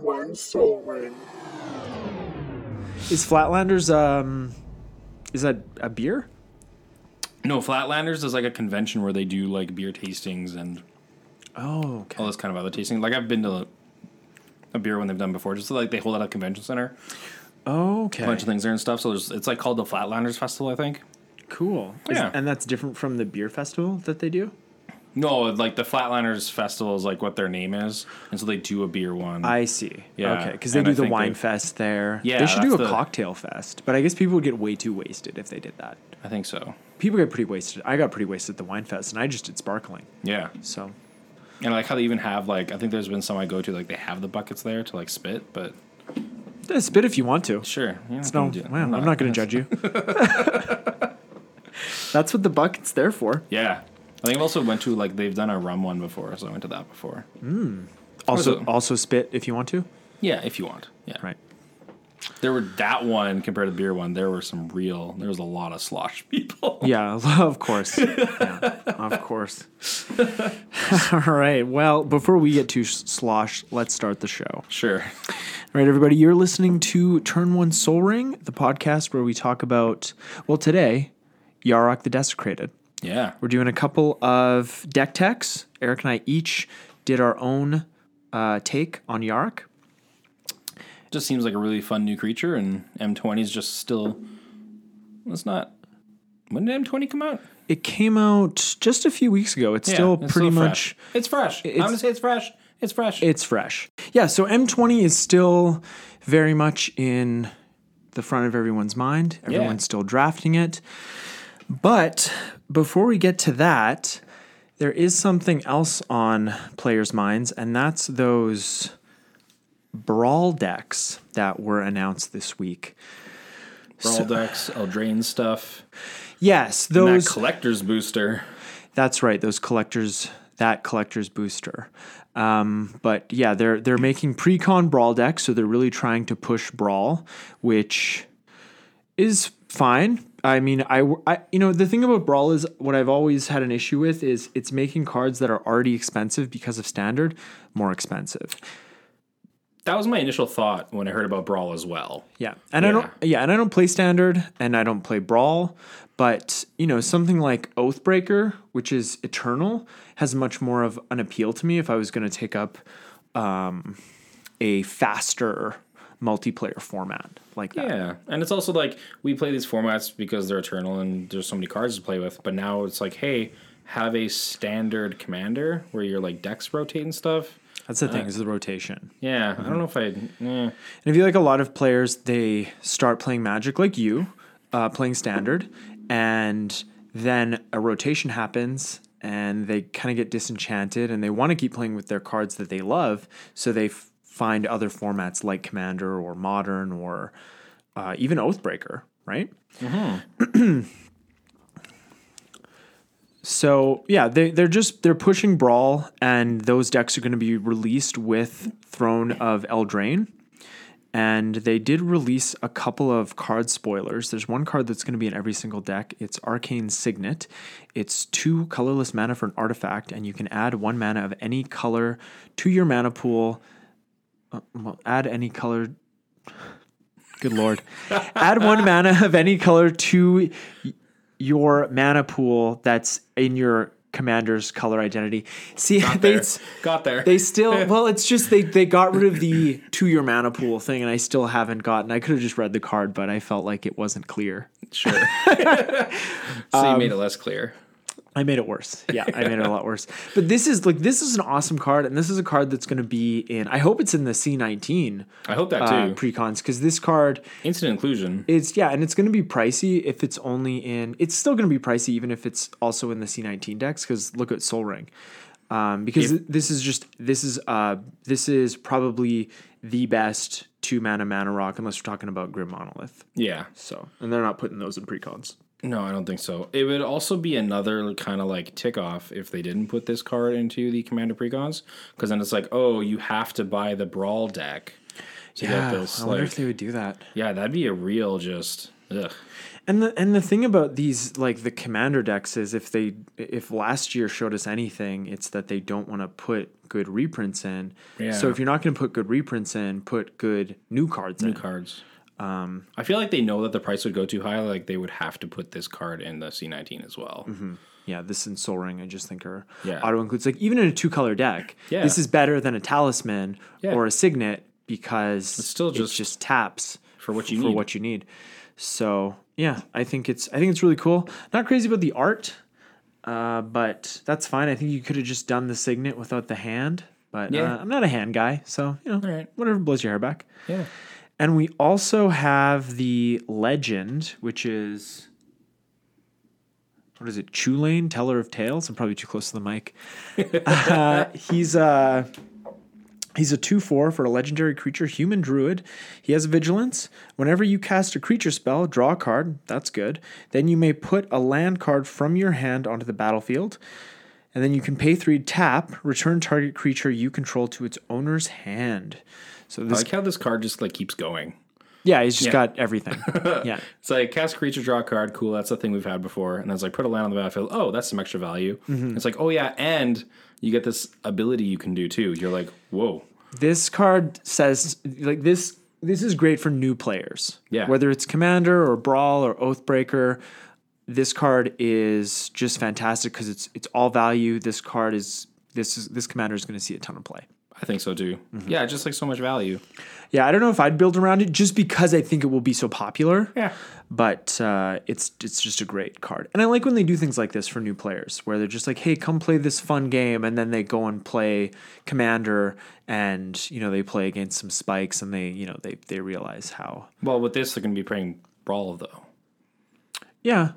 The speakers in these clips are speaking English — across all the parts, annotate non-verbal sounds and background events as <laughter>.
one sovereign. Is Flatlanders um is that a beer? No, Flatlanders is like a convention where they do like beer tastings and Oh, okay. all this kind of other tasting. Like I've been to a beer when they've done before, just like they hold it at a convention center, Okay. a bunch of things there and stuff. So there's, it's like called the Flatlanders Festival, I think. Cool. Is- Yeah. and that's different from the beer festival that they do? No, like the Flatlanders Festival is like what their name is, and so they do a beer one. I see. Yeah, Okay. Because they and do I the think wine they've- fest there. Yeah, They should do a that's the- cocktail fest. But I guess people would get way too wasted if they did that. I think so. People get pretty wasted. I got pretty wasted at the wine fest and I just did sparkling. Yeah, So and I like how they even have like I think there's been some I go to like they have the buckets there to like spit, but yeah, spit if you want to. sure, yeah, It's no, do it. wow, I'm not going to <laughs> judge you. That's what the bucket's there for. Yeah, I think I've also went to like they've done a rum one before, so I went to that before. Also, Also- also spit if you want to. Yeah, if you want. Yeah, Right. There were that one compared to the beer one. There were some real. There was a lot of slosh <laughs> people. Yeah, <laughs> of course. Yeah, of <laughs> course. <laughs> All right. Well, before we get too slosh, let's start the show. Sure. All right, everybody, you're listening to Turn One Soul Ring, the podcast where we talk about, well, today, Yarok the Desecrated. Yeah. We're doing a couple of deck techs. Eric and I each did our own uh, take on Yarok. Just seems like a really fun new creature, and M20 is just still. It's not. When did M20 come out? It came out just a few weeks ago. It's Yeah, still it's pretty still much fresh. It's fresh. I'm gonna say it's fresh. It's fresh. it's fresh. Yeah, so M20 is still very much in the front of everyone's mind. Everyone's still drafting it. But before we get to that, there is something else on players' minds, and that's those brawl decks that were announced this week. Brawl decks, Eldraine stuff, Yes, and those that collector's booster. That's right. Those collectors, that collector's booster. Um, but yeah, they're they're making pre-con brawl decks, so they're really trying to push brawl, which is fine. I mean, I, w- I- you know the thing about brawl is what I've always had an issue with is it's making cards that are already expensive because of standard more expensive. That was my initial thought when I heard about Brawl as well. Yeah, and I don't. Yeah. Yeah, and I don't play standard, and I don't play brawl. But you know, something like Oathbreaker, which is eternal, has much more of an appeal to me if I was going to take up um, a faster multiplayer format like that. Yeah, and it's also like we play these formats because they're eternal and there's so many cards to play with. But now it's like, hey, have a standard commander where your like decks rotate and stuff. That's the thing Uh, is the rotation. Yeah, I don't know if I. Eh. And I feel like a lot of players, they start playing Magic like you, uh, playing Standard, and then a rotation happens and they kind of get disenchanted and they want to keep playing with their cards that they love. So they f- find other formats like Commander or Modern or uh, even Oathbreaker, right? So yeah, they they're just they're pushing Brawl, and those decks are going to be released with Throne of Eldraine. And they did release a couple of card spoilers. There's one card that's going to be in every single deck. It's Arcane Signet. It's two colorless mana for an artifact, and you can add one mana of any color to your mana pool. Uh, well, add any color. Good lord. add one mana of any color to your mana pool that's in your commander's color identity. See, they There. Got there. they still well, it's just they they got rid of the to your mana pool thing, and I still haven't gotten. I could have just read the card, but I felt like it wasn't clear. <laughs> <laughs> sure. so Um, you made it less clear. I made it worse. Yeah, I made it a lot worse. But this is like this is an awesome card, and this is a card that's going to be in. I hope it's in the C nineteen I hope that uh, too. precons because this card Instant inclusion. It's yeah, and it's going to be pricey if it's only in. It's still going to be pricey even if it's also in the C19 decks because look at Soul Ring, um, because th- this is just this is uh this is probably the best two mana mana rock unless we're talking about Grim Monolith. Yeah. So and they're not putting those in precons. No, I don't think so. It would also be another kind of like tick off if they didn't put this card into the Commander Precons, because then it's like, oh, you have to buy the Brawl deck to Yeah, get this. I wonder like, if they would do that. yeah, that'd be a real just. Ugh. And the and the thing about these like the commander decks is if they if last year showed us anything, it's that they don't want to put good reprints in. So Yeah. if you're not going to put good reprints in, put good new cards New in. cards. Um, I feel like they know that the price would go too high. Like they would have to put this card in the C19 as well. Yeah, this and Soul Ring, I just think are Yeah. auto includes. Like even in a two color deck, Yeah. this is better than a talisman Yeah. or a signet because it's still it just just taps for what you for need. what you need. So yeah, I think it's I think it's really cool. Not crazy about the art, uh, but that's fine. I think you could have just done the signet without the hand. But Yeah. uh, I'm not a hand guy, so you know, All right. whatever blows your hair back. Yeah. And we also have the legend, which is what is it? Chulane, teller of tales. I'm probably too close to the mic. uh, he's a he's a two four for a legendary creature, human druid. He has vigilance. Whenever you cast a creature spell, draw a card. That's good. Then you may put a land card from your hand onto the battlefield. And then you can pay three, tap, return target creature you control to its owner's hand. So I this like how this card just like keeps going. yeah, he's just got everything. yeah. It's like cast creature, draw a card. Cool, that's a thing we've had before. And then it's like put a land on the battlefield. Oh, that's some extra value. It's like oh yeah, and you get this ability you can do too. You're like whoa, This card says like this this is great for new players. Yeah. Whether it's Commander or Brawl or Oathbreaker, this card is just fantastic because it's it's all value. This card is this is this commander is going to see a ton of play. I think so too. Yeah, just like so much value. Yeah, I don't know if I'd build around it just because I think it will be so popular. Yeah. But uh, it's it's just a great card, and I like when they do things like this for new players, where they're just like, "Hey, come play this fun game," and then they go and play Commander, and you know they play against some spikes, and they you know they they realize how Well, with this, they're going to be playing brawl though. yeah.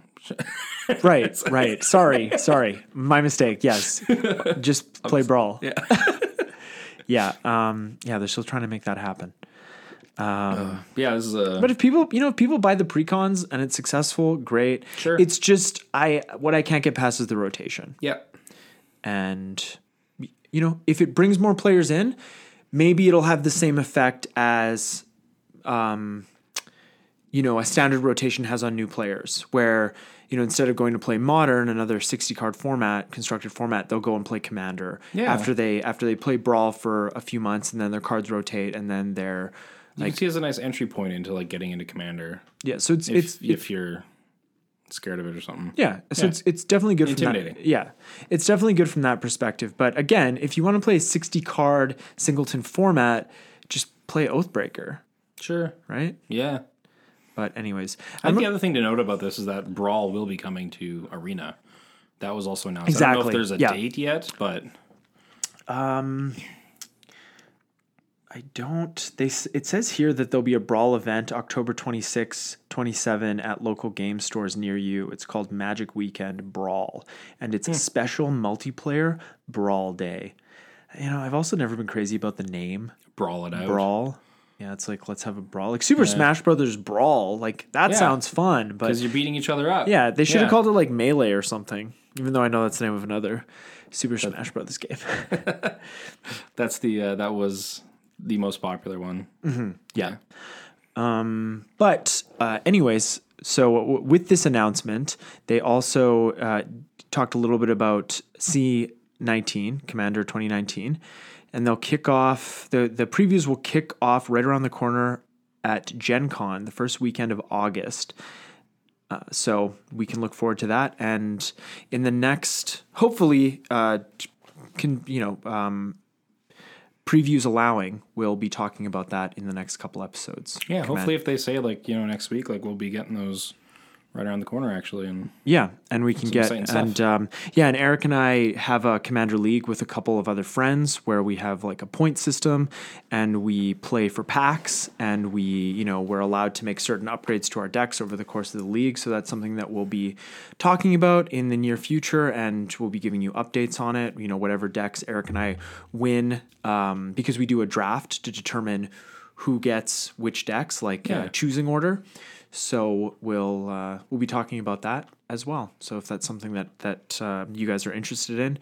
<laughs> right, right. Sorry, sorry. My mistake. Yes. <laughs> Just play Brawl. Yeah. yeah. Um, yeah, they're still trying to make that happen. Yeah, this is a But if people, you know, if people buy the precons and it's successful, great. Sure. It's just I what I can't get past is the rotation. yeah. And you know, if it brings more players in, maybe it'll have the same effect as um you know, a standard rotation has on new players where you know, instead of going to play modern, another 60 card format, constructed format, they'll go and play commander Yeah. after they after they play brawl for a few months and then their cards rotate and then they're You can see as a nice entry point into like getting into commander yeah, so it's if it's if you're scared of it or something. Yeah, so it's it's definitely good from that. Intimidating. Yeah, it's definitely good from that perspective. But again, if you want to play a sixty card singleton format, just play Oathbreaker, Sure. right? Yeah. But anyways, I I'm- think the other thing to note about this is that Brawl will be coming to Arena. That was also announced. I don't know Exactly, if there's a yeah. date yet, but I don't. They s- it says here that there'll be a brawl event October 26, 27 at local game stores near you. It's called Magic Weekend Brawl, and it's a special multiplayer brawl day. You know, I've also never been crazy about the name. Brawl it out. brawl. Yeah, it's like let's have a brawl, like Super Smash Brothers brawl. Like that Yeah. sounds fun, but Because you're beating each other up. yeah, they should have Yeah. called it like melee or something. Even though I know that's the name of another Super Smash Brothers game. That's the uh, that was the most popular one. Mm-hmm. Yeah. but uh, anyways, so w- with this announcement, they also uh, talked a little bit about C nineteen Commander twenty nineteen, and they'll kick off the the previews will kick off right around the corner at Gen Con the first weekend of August. Uh, so we can look forward to that and in the next hopefully uh t- can you know um previews allowing we'll be talking about that in the next couple episodes Yeah, hopefully if they say like, you know, next week, like we'll be getting those right around the corner actually and yeah and we can get exciting stuff. and um yeah and eric and i have a commander league with a couple of other friends where we have like a point system and we play for packs and we you know we're allowed to make certain upgrades to our decks over the course of the league so that's something that we'll be talking about in the near future and we'll be giving you updates on it you know whatever decks eric and i win um because we do a draft to determine who gets which decks, like uh, Yeah. choosing order. So we'll uh, we'll be talking about that as well. So if um, that's something that that uh, you guys are interested in,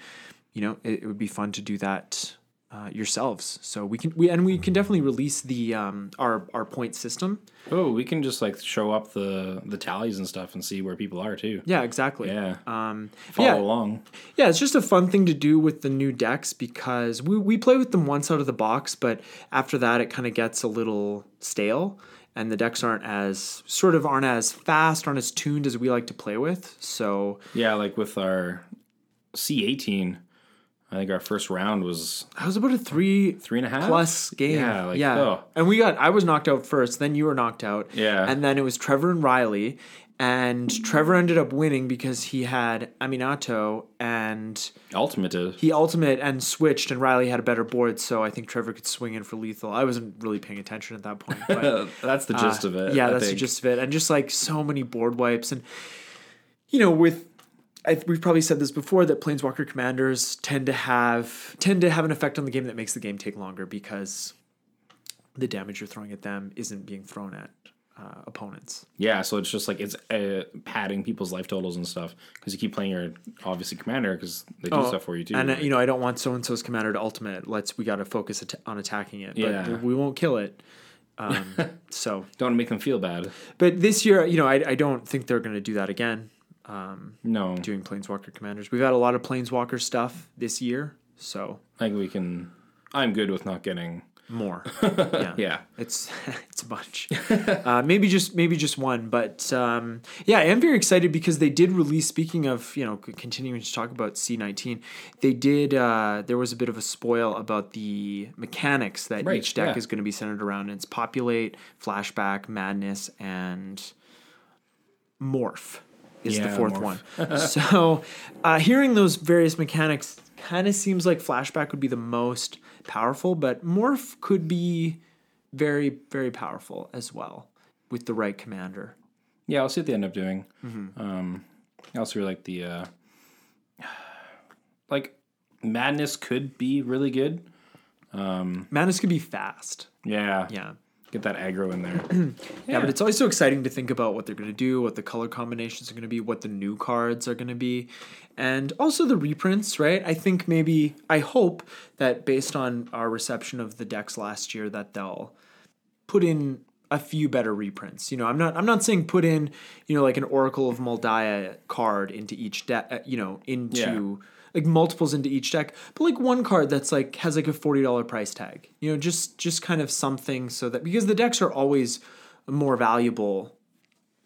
you know, it, it would be fun to do that uh, yourselves. So we can we and we can definitely release the um, our our point system. Oh, we can just like show up the the tallies and stuff and see where people are too. Yeah, exactly. Yeah. Um, Follow yeah, along. yeah, it's just a fun thing to do with the new decks because we, we play with them once out of the box, but after that it kind of gets a little stale and the decks aren't as sort of aren't as fast, aren't as tuned as we like to play with. So Yeah, like with our C eighteen, I think our first round was that was about a three three and a half plus game. Yeah, like yeah. oh. And we got I was knocked out first, then you were knocked out. Yeah. And then it was Trevor and Riley. And Trevor ended up winning because he had Aminato and Ultimate is- he ultimate and switched and Riley had a better board, so I think Trevor could swing in for lethal. I wasn't really paying attention at that point. But Uh, that's <laughs> the gist of it. yeah, I that's the think. gist of it. And just like so many board wipes, and you know, with I, th- we've probably said this before that Planeswalker commanders tend to have tend to have an effect on the game that makes the game take longer because the damage you're throwing at them isn't being thrown at uh, opponents. Yeah, so it's just like it's uh, padding people's life totals and stuff because you keep playing your obviously commander because they do stuff for you too. And uh, you know, I don't want so and so's commander to ultimate. Let's we got to focus at- on attacking it. Yeah. But we won't kill it. <laughs> Um, so, don't make them feel bad. but this year, you know, I, I don't think they're going to do that again. No, doing planeswalker commanders. We've had a lot of planeswalker stuff this year, so I think we can. I'm good with not getting. <laughs> more. Yeah. Yeah, It's <laughs> it's a bunch. uh, maybe just maybe just one, but um, yeah, I am very excited because they did release. Speaking of you know c- continuing to talk about C nineteen, they did. Uh, there was a bit of a spoil about the mechanics that Right, each deck yeah. is going to be centered around. And it's populate, flashback, madness, and morph is the Yeah, fourth morph. one. <laughs> so, uh, hearing those various mechanics kind of seems like flashback would be the most powerful, but morph could be very, very powerful as well with the right commander. yeah. I'll see what they end up doing. Mm-hmm. Um, I also really like the uh, like madness could be really good. Madness could be fast. Yeah, Yeah. Get that aggro in there. Yeah, but it's always so exciting to think about what they're going to do, what the color combinations are going to be, what the new cards are going to be, and also the reprints, right? I think maybe, I hope that based on our reception of the decks last year, that they'll put in a few better reprints. You know, I'm not I'm not saying put in, you know, like an Oracle of Moldiah card into each deck, uh, you know, into like multiples into each deck, but like one card that's like has like a $40 price tag. You know, just just kind of something so that because the decks are always more valuable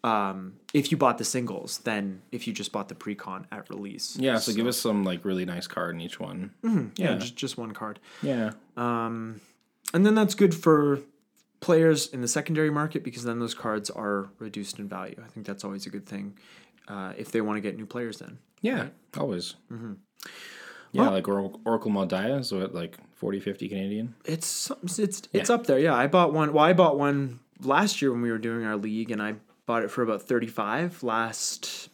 um if you bought the singles than if you just bought the pre-con at release. <clears throat> yeah, so give us some like really nice card in each one. Yeah, just just one card. Yeah, And then that's good for players in the secondary market because then those cards are reduced in value. I think that's always a good thing uh, if they want to get new players in. yeah, always. Yeah, like Oracle, Oracle Maldiah, so at like 40, 50 Canadian. It's some- it's it's up there. Yeah, I bought one. Well, I bought one last year when we were doing our league, and I bought it for about thirty five last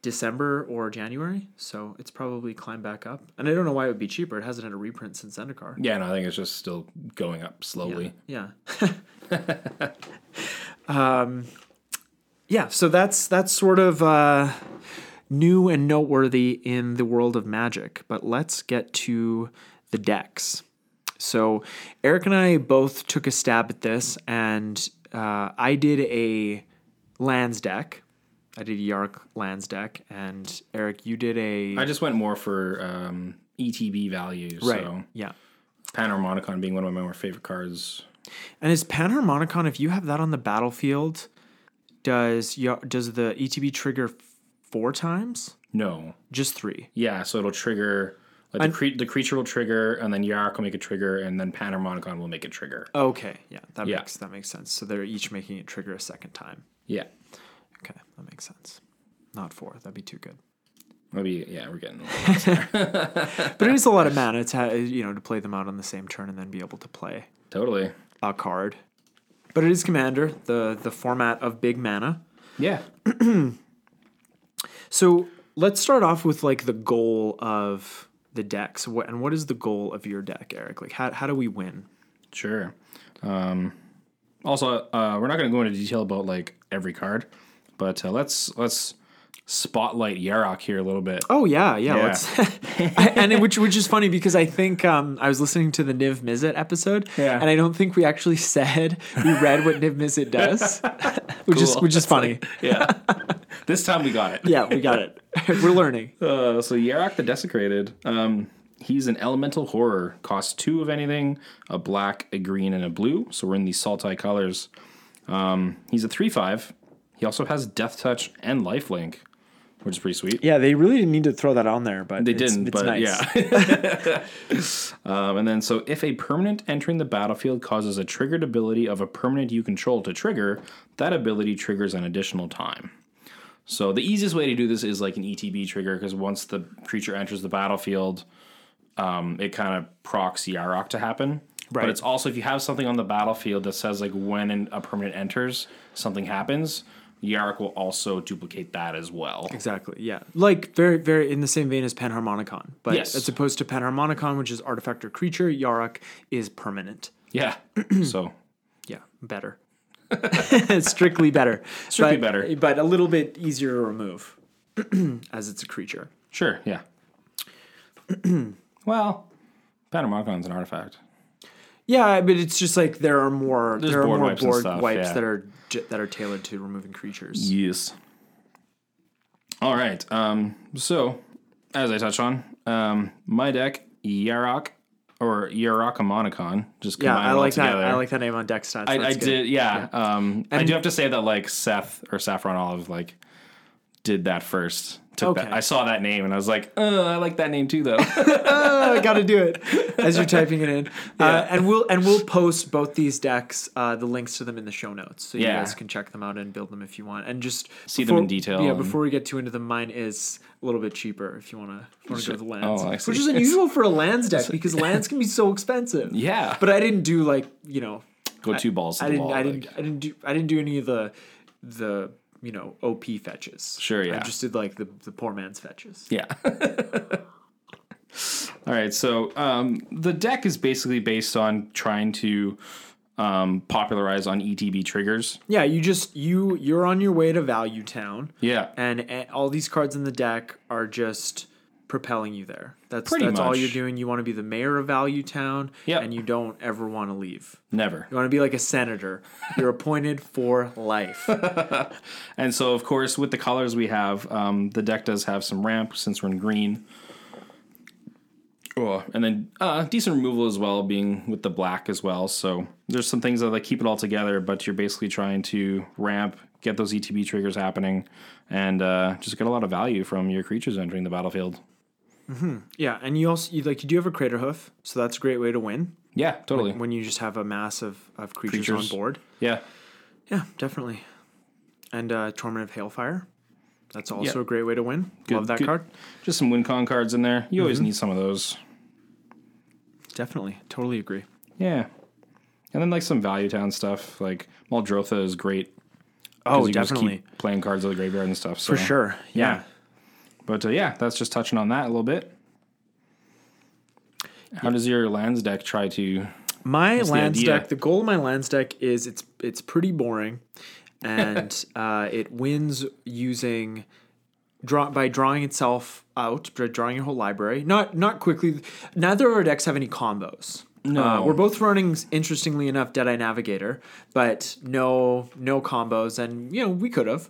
December or January. So it's probably climbed back up. And I don't know why it would be cheaper. It hasn't had a reprint since Zendikar. Yeah, no, I think it's just still going up slowly. Yeah. <laughs> um, yeah. So that's that's sort of uh, new and noteworthy in the world of Magic. But let's get to the decks. So Eric and I both took a stab at this, and uh, I did a lands deck. I did a Yark lands deck, and Eric, you did a I just went more for um, ETB value. right, So yeah. Panormonicon being one of my more favorite cards. And is Panharmonicon, if you have that on the battlefield, does your, does the ETB trigger f- four times? No. Just three. Yeah, so it'll trigger. Like the, cre- the creature will trigger, and then Yarok will make a trigger, and then Panormonicon will make a trigger. Okay, yeah, that Yeah. makes that makes sense. So they're each making it trigger a second time. Yeah. Okay, that makes sense. Not four. That'd be too good. Maybe, yeah, we're getting. <laughs> But it is a lot of mana to ha- you know to play them out on the same turn and then be able to play totally. a card. But it is commander, the the format of big mana. Yeah. So let's start off with like the goal of the decks. What and what is the goal of your deck, Eric? Like how how do we win? Sure. Um, also, uh, we're not going to go into detail about like every card, but uh, let's let's spotlight Yarok here a little bit. Oh yeah, yeah. Yeah. <laughs> Let's, <laughs> I- and it- which which is funny because I think um, I was listening to the Niv Mizzet episode, Yeah. and I don't think we actually said we read what Niv Mizzet <laughs> does, which is Cool. which is funny. Yeah. <laughs> this time we got it. yeah, we got it. <laughs> We're learning. Uh, so Yarok the Desecrated, um, he's an elemental horror. Costs two of anything, a black, a green, and a blue. So we're in these Saltai colors. Um, he's a 3-5. He also has Death Touch and Lifelink, which is pretty sweet. Yeah, they really didn't need to throw that on there, but They didn't, but yeah. <laughs> um, and then, so if a permanent entering the battlefield causes a triggered ability of a permanent you control to trigger, that ability triggers an additional time. So the easiest way to do this is like an ETB trigger, because once the creature enters the battlefield, um, it kind of procs Yarok to happen. Right. But it's also if you have something on the battlefield that says like when an, a permanent enters, something happens. Yarok will also duplicate that as well. Exactly. Yeah. Like very, very in the same vein as Panharmonicon, but Yes. as opposed to Panharmonicon, which is artifact or creature, Yarok is permanent. Yeah. <clears throat> so Yeah, better. <laughs> Strictly better. Strictly But- better. but a little bit easier to remove <clears throat> as it's a creature. Sure, <clears throat> yeah. well, Panharmonicon's an artifact. Yeah, but it's just like there are more There's there are board more wipes and board stuff, wipes yeah. that are j- that are tailored to removing creatures. Yes. All right. Um, so, as I touched on, um, my deck, Yarok, or Yarakamonicon, just Yeah, combine I it all like together. that. I like that name on deck stats. I, That's I good. did, yeah. Um, I do have to say that like Seth or Saffron Olive like did that first. Took Okay. that. I saw that name and I was like, oh, I like that name too, though. <laughs> I gotta do it as you're typing it in. Uh, and we'll and we'll post both these decks, uh, the links to them in the show notes, so you Yeah. guys can check them out and build them if you want, and just See them in detail Yeah, and- before we get too into them, mine is a little bit cheaper if you want to want to go to the lands, Oh, I see. which is unusual for a lands <laughs> deck because lands can be so expensive. yeah. but I didn't do like you know Go two balls to I the didn't wall. I like- didn't I didn't do I didn't do any of the the you know OP fetches. Sure, yeah. I just did like the the poor man's fetches. Yeah. <laughs> All right. So um, the deck is basically based on trying to um, popularize on ETB triggers. Yeah, you just you you're on your way to Value Town. Yeah. and, and all these cards in the deck are just propelling you there. That's Pretty that's all much. you're doing. You want to be the mayor of Value Town, Yep. and you don't ever want to leave. Never. You want to be like a senator. You're appointed <laughs> for life. And so, of course, with the colors we have, um, the deck does have some ramp since we're in green. Oh, and then uh, decent removal as well, being with the black as well. So there's some things that like keep it all together, but you're basically trying to ramp, get those ETB triggers happening, and uh, just get a lot of value from your creatures entering the battlefield. yeah, and you also you like you do have a crater hoof, so that's a great way to win Yeah, totally. when you just have a mass of of creatures, Creatures. on board. Yeah, Yeah, definitely. And uh, Torment of Hailfire. That's also a great way to win. Love that good. card. just some win con cards in there. Mm-hmm. You always need some of those. Definitely. Totally agree. Yeah, and then like some value town stuff. Like Maldrotha is great. 'cause Oh, you can just keep definitely. playing cards of the graveyard and stuff. So. For sure. yeah. Yeah. But uh, yeah, that's just touching on that a little bit. How does your lands deck try to? My the lands idea? deck. The goal of my lands deck is it's it's pretty boring, <laughs> and uh, it wins using draw by drawing itself out, by drawing your whole library. Not not quickly. Neither of our decks have any combos. No, we're both running interestingly enough Deadeye Navigator, but no no combos, and you know we could have.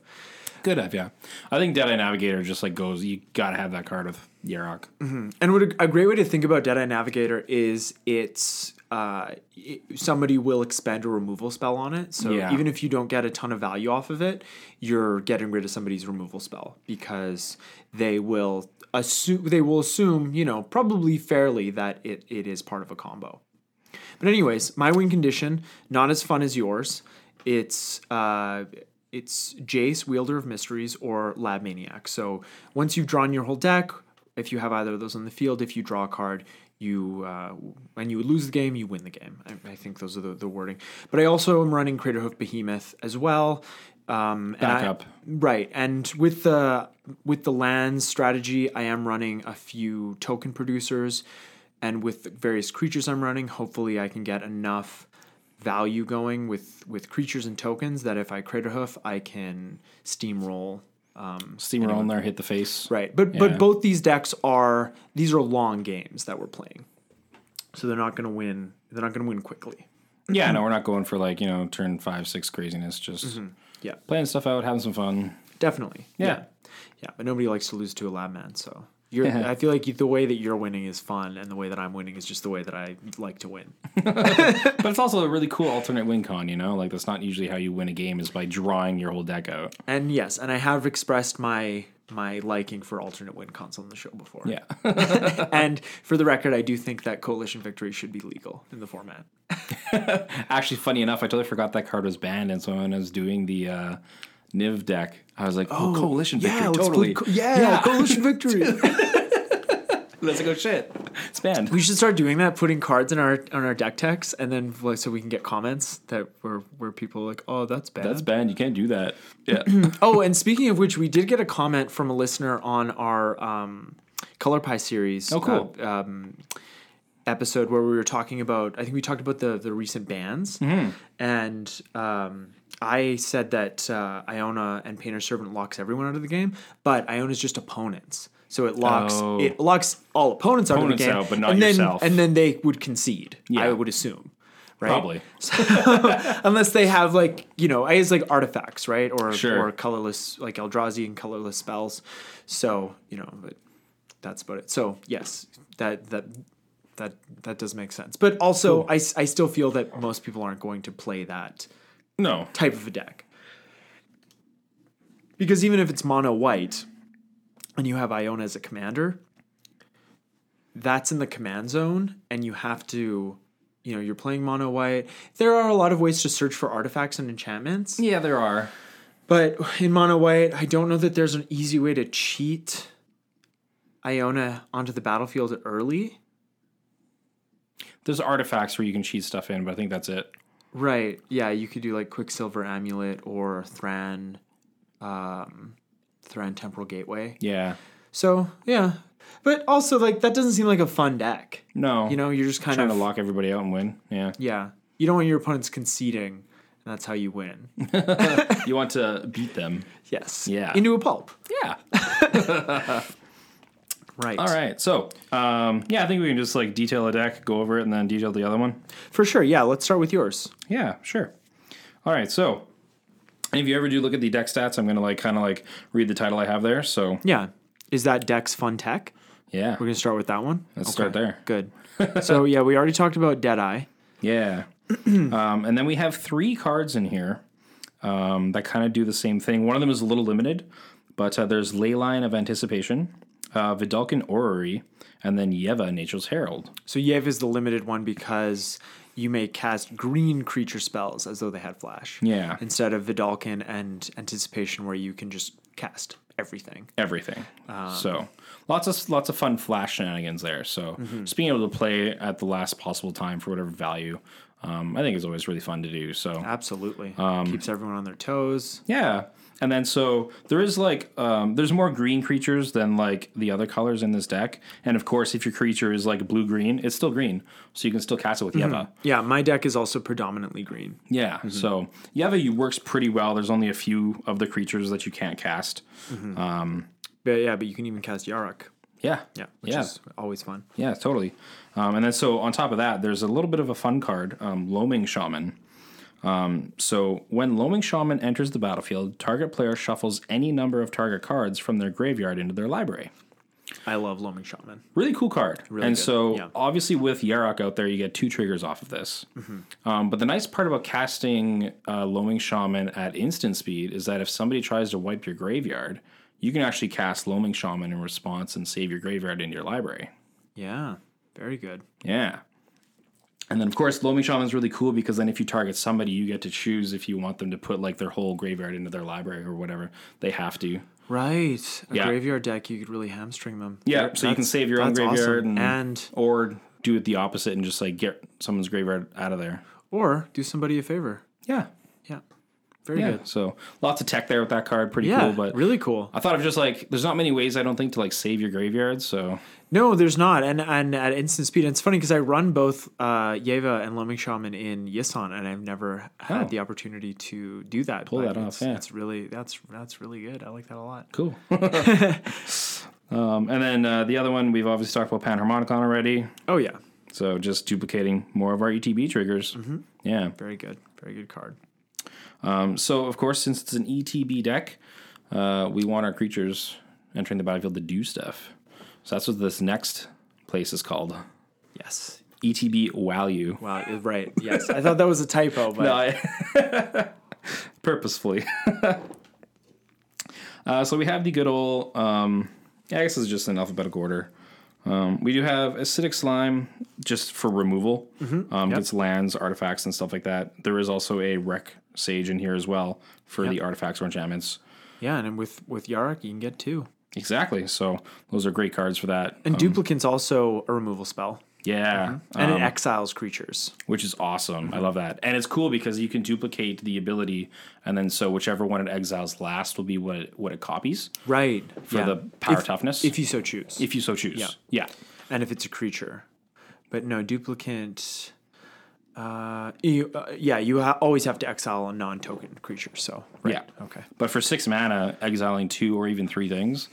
Good up, yeah. I think Deadeye Navigator just like goes. You gotta have that card with Yarok. And what a, a great way to think about Deadeye Navigator is it's uh, it, somebody will expend a removal spell on it. So Yeah. even if you don't get a ton of value off of it, you're getting rid of somebody's removal spell because they will assume they will assume you know probably fairly that it, it is part of a combo. But anyways, my win condition not as fun as yours. It's uh, it's Jace, Wielder of Mysteries, or Lab Maniac. So once you've drawn your whole deck, if you have either of those on the field, if you draw a card, you uh, and you lose the game, you win the game. I, I think those are the, the wording. But I also am running Craterhoof Behemoth as well. Um, and I- Backup. right? And with the with the lands strategy, I am running a few token producers, and with the various creatures I'm running, hopefully I can get enough value going with with creatures and tokens that if I crater hoof, I can steamroll Steamroll in there, hit the face. Right. But Yeah. but both these decks are these are long games that we're playing. So they're not going to win. They're not going to win quickly. Yeah, no, we're not going for like, you know, turn five, six craziness. Just Yeah. playing stuff out, having some fun. Definitely. Yeah. Yeah, but nobody likes to lose to a lab man, so you're, I feel like the way that you're winning is fun, and the way that I'm winning is just the way that I like to win. But it's also a really cool alternate win con, you know? Like, that's not usually how you win a game, is by drawing your whole deck out. And yes, and I have expressed my my liking for alternate win cons on the show before. Yeah. <laughs> and for the record, I do think that coalition victory should be legal in the format. Actually, funny enough, I totally forgot that card was banned. And so when I was doing the uh, Niv deck, I was like, oh, Coalition Victory. let's Totally. play co- <laughs> yeah, coalition victory. Let's go, shit. It's banned. we should start doing that, putting cards in our on our deck texts, and then like so we can get comments that where where people are like, oh, that's bad. That's banned. You can't <clears throat> do that. Yeah. <laughs> Oh, and speaking of which, we did get a comment from a listener on our um, Color Pie series. Oh, cool. uh, um, episode where we were talking about. I think we talked about the the recent bans, Mm-hmm. and um, I said that uh, Iona and Painter Servant locks everyone out of the game, but Iona's just opponents. So it locks Oh. it locks all opponents out Opponents of the game, out, but not and then, yourself. And then they would concede. I Yeah. would assume. Right? <clears throat> Probably. unless they have like you know, it's like artifacts, right? Or Sure. or colorless like Eldrazi and colorless spells. So you know, but that's about it. So yes, that that that that does make sense. But also, I s I I still feel that most people aren't going to play that No. type of a deck because even if it's mono white and you have Iona as a commander, that's in the command zone, and you have to. You know, you're playing mono white. There are a lot of ways to search for artifacts and enchantments. Yeah, there are. But in Mono White, I don't know that there's an easy way to cheat Iona onto the battlefield early. There's artifacts where you can cheat stuff in, but I think that's it. Right. Yeah, you could do like Quicksilver Amulet or Thran um Thran Temporal Gateway. Yeah. So, yeah. But also like that doesn't seem like a fun deck. No. You know, you're just kind trying of to lock everybody out and win. Yeah. yeah. You don't want your opponents conceding, and that's how you <laughs> win. You want to beat them. Yes. Yeah. Into a pulp. Yeah. Right. All right. So, um, yeah, I think we can just like detail a deck, go over it, and then detail the other one. For sure. Yeah, let's start with yours. Yeah, sure. All right. So, if you ever do look at the deck stats, I'm going to like kind of like read the title I have there. So, Yeah. Is that Dex Fun Tech? yeah. We're gonna start with that one. Let's start there. <laughs> Good. so yeah, we already talked about Deadeye. Yeah. <clears throat> um, and then we have three cards in here um, that kind of do the same thing. One of them is a little limited, but uh, there's Leyline of Anticipation, uh, Vidalcan Orrery, and then Yeva, Nature's Herald. So Yev is the limited one because you may cast green creature spells as though they had flash. Yeah. Instead of Vidalkin and Anticipation, where you can just cast everything. everything. Um, so lots of lots of fun flash shenanigans there. So Mhm. just being able to play at the last possible time for whatever value, um, I think is always really fun to do. So Ah. Absolutely. Keeps everyone on their toes. yeah. And then so there is like um, there's more green creatures than like the other colors in this deck. And of course, if your creature is like blue green, it's still green, so you can still cast it with Yeva. Yeah, my deck is also predominantly green. Yeah. So Yeva you works pretty well. There's only a few of the creatures that you can't cast. But yeah, but you can even cast Yarok. Yeah. Yeah. Which Yeah. is always fun. Yeah, totally. Um, and then so on top of that, there's a little bit of a fun card, um, Loaming Shaman. Um, so when Loaming Shaman enters the battlefield, target player shuffles any number of target cards from their graveyard into their library. I love Loaming Shaman. Really cool card. and good, so yeah. obviously with Yarok out there, you get two triggers off of this. Mm-hmm. Um, but the nice part about casting uh, Loaming Shaman at instant speed is that if somebody tries to wipe your graveyard, you can actually cast Loaming Shaman in response and save your graveyard into your library. Yeah. Very good. Yeah. And then, of course, Loaming Shaman's really cool because then if you target somebody, you get to choose if you want them to put like their whole graveyard into their library or whatever. They have to. Right. A Yeah. graveyard deck, you could really hamstring them. Yeah. So you can That's- save your own that's awesome. graveyard and, and or do it the opposite and just like get someone's graveyard out of there. or do somebody a favor. Yeah. Yeah. Very Yeah. good. So lots of tech there with that card. Pretty Yeah. cool. But really cool. I thought of just like, there's not many ways I don't think to like save your graveyard. So No, there's not. And and at instant speed, and it's funny because I run both uh, Yeva and Loaming Shaman in Yisan, and I've never had Oh. the opportunity to do that. Pull but that off, It's, yeah. it's really that's that's really good. I like that a lot. <laughs> Cool. <laughs> um, and then uh, the other one we've obviously talked about panharmonicon already. Oh yeah, So just duplicating more of our ETB triggers. Mm-hmm. Yeah. very good, very good card. Um, so of course, since it's an ETB deck, uh, we want our creatures entering the battlefield to do stuff. So that's what this next place is called. Yes. ETB value. Wow. you're Right. Yes. I thought that was a typo, but <laughs> No, I- <laughs> purposefully. <laughs> uh, so we have the good old. Um, I guess this is just in alphabetical order. Um, we do have acidic slime just for removal. Um, Gets lands, artifacts, and stuff like that. There is also a wreck sage in here as well for the artifacts or enchantments. yeah. And with with Yarok, you can get two. Exactly. So those are great cards for that. And Uh-huh. duplicant's also a removal spell, yeah, Uh, and it exiles creatures. which is awesome. I love that, and it's cool because you can duplicate the ability, and then so whichever one it exiles last will be what it, what it copies. Right. for the power if, toughness if If you, you so choose. so choose. Yeah. and if it's a creature. But no, duplicant. Uh, you, uh, yeah, you ha- always have to exile a non-token creature. So right. Yeah. okay. But for six mana, exiling two or even three things,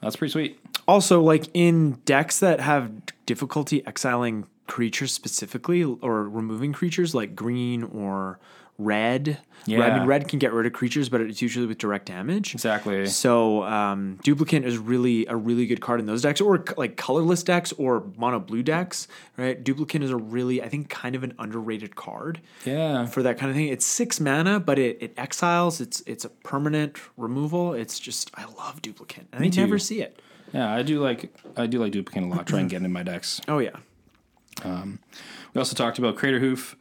that's pretty sweet. Also, like in decks that have difficulty exiling creatures specifically or removing creatures, like green or red. Yeah, I Yeah. mean red can get rid of creatures, but it's usually with direct damage. Exactly. So um, duplicant is really a really good card in those decks, or c- like colorless decks or mono blue decks, right? Duplicant is a really, I think, kind of an underrated card Yeah. for that kind of thing. It's six mana, but it, it exiles. It's it's a permanent removal. It's just I love duplicant, and I too. never see it. Yeah, I do like I do like duplicate a lot, try and get it in my decks. Oh yeah, We also talked about Crater Hoof,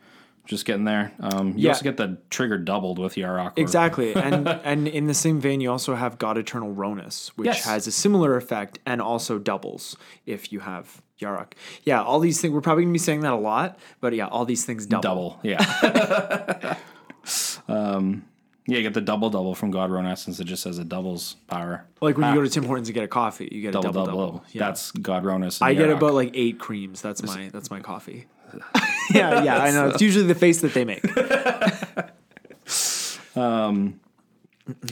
just getting there. Um you Yeah. also get the trigger doubled with Yarok. or- exactly. and and in the same vein, you also have God Eternal Ronus, which Yes. has a similar effect and also doubles if you have. Yarok. Yeah, all these things, we're probably going to be saying that a lot, but yeah, all these things double. Double, yeah. um <laughs> yeah, you get the double double from God Ronas since it just says it doubles power. Like when you go to Tim Hortons and get a coffee, you get Double a double double. double. Yeah. That's God Ronas. I get about like eight creams. That's my that's my coffee. yeah, yeah, I know. It's usually the face that they make.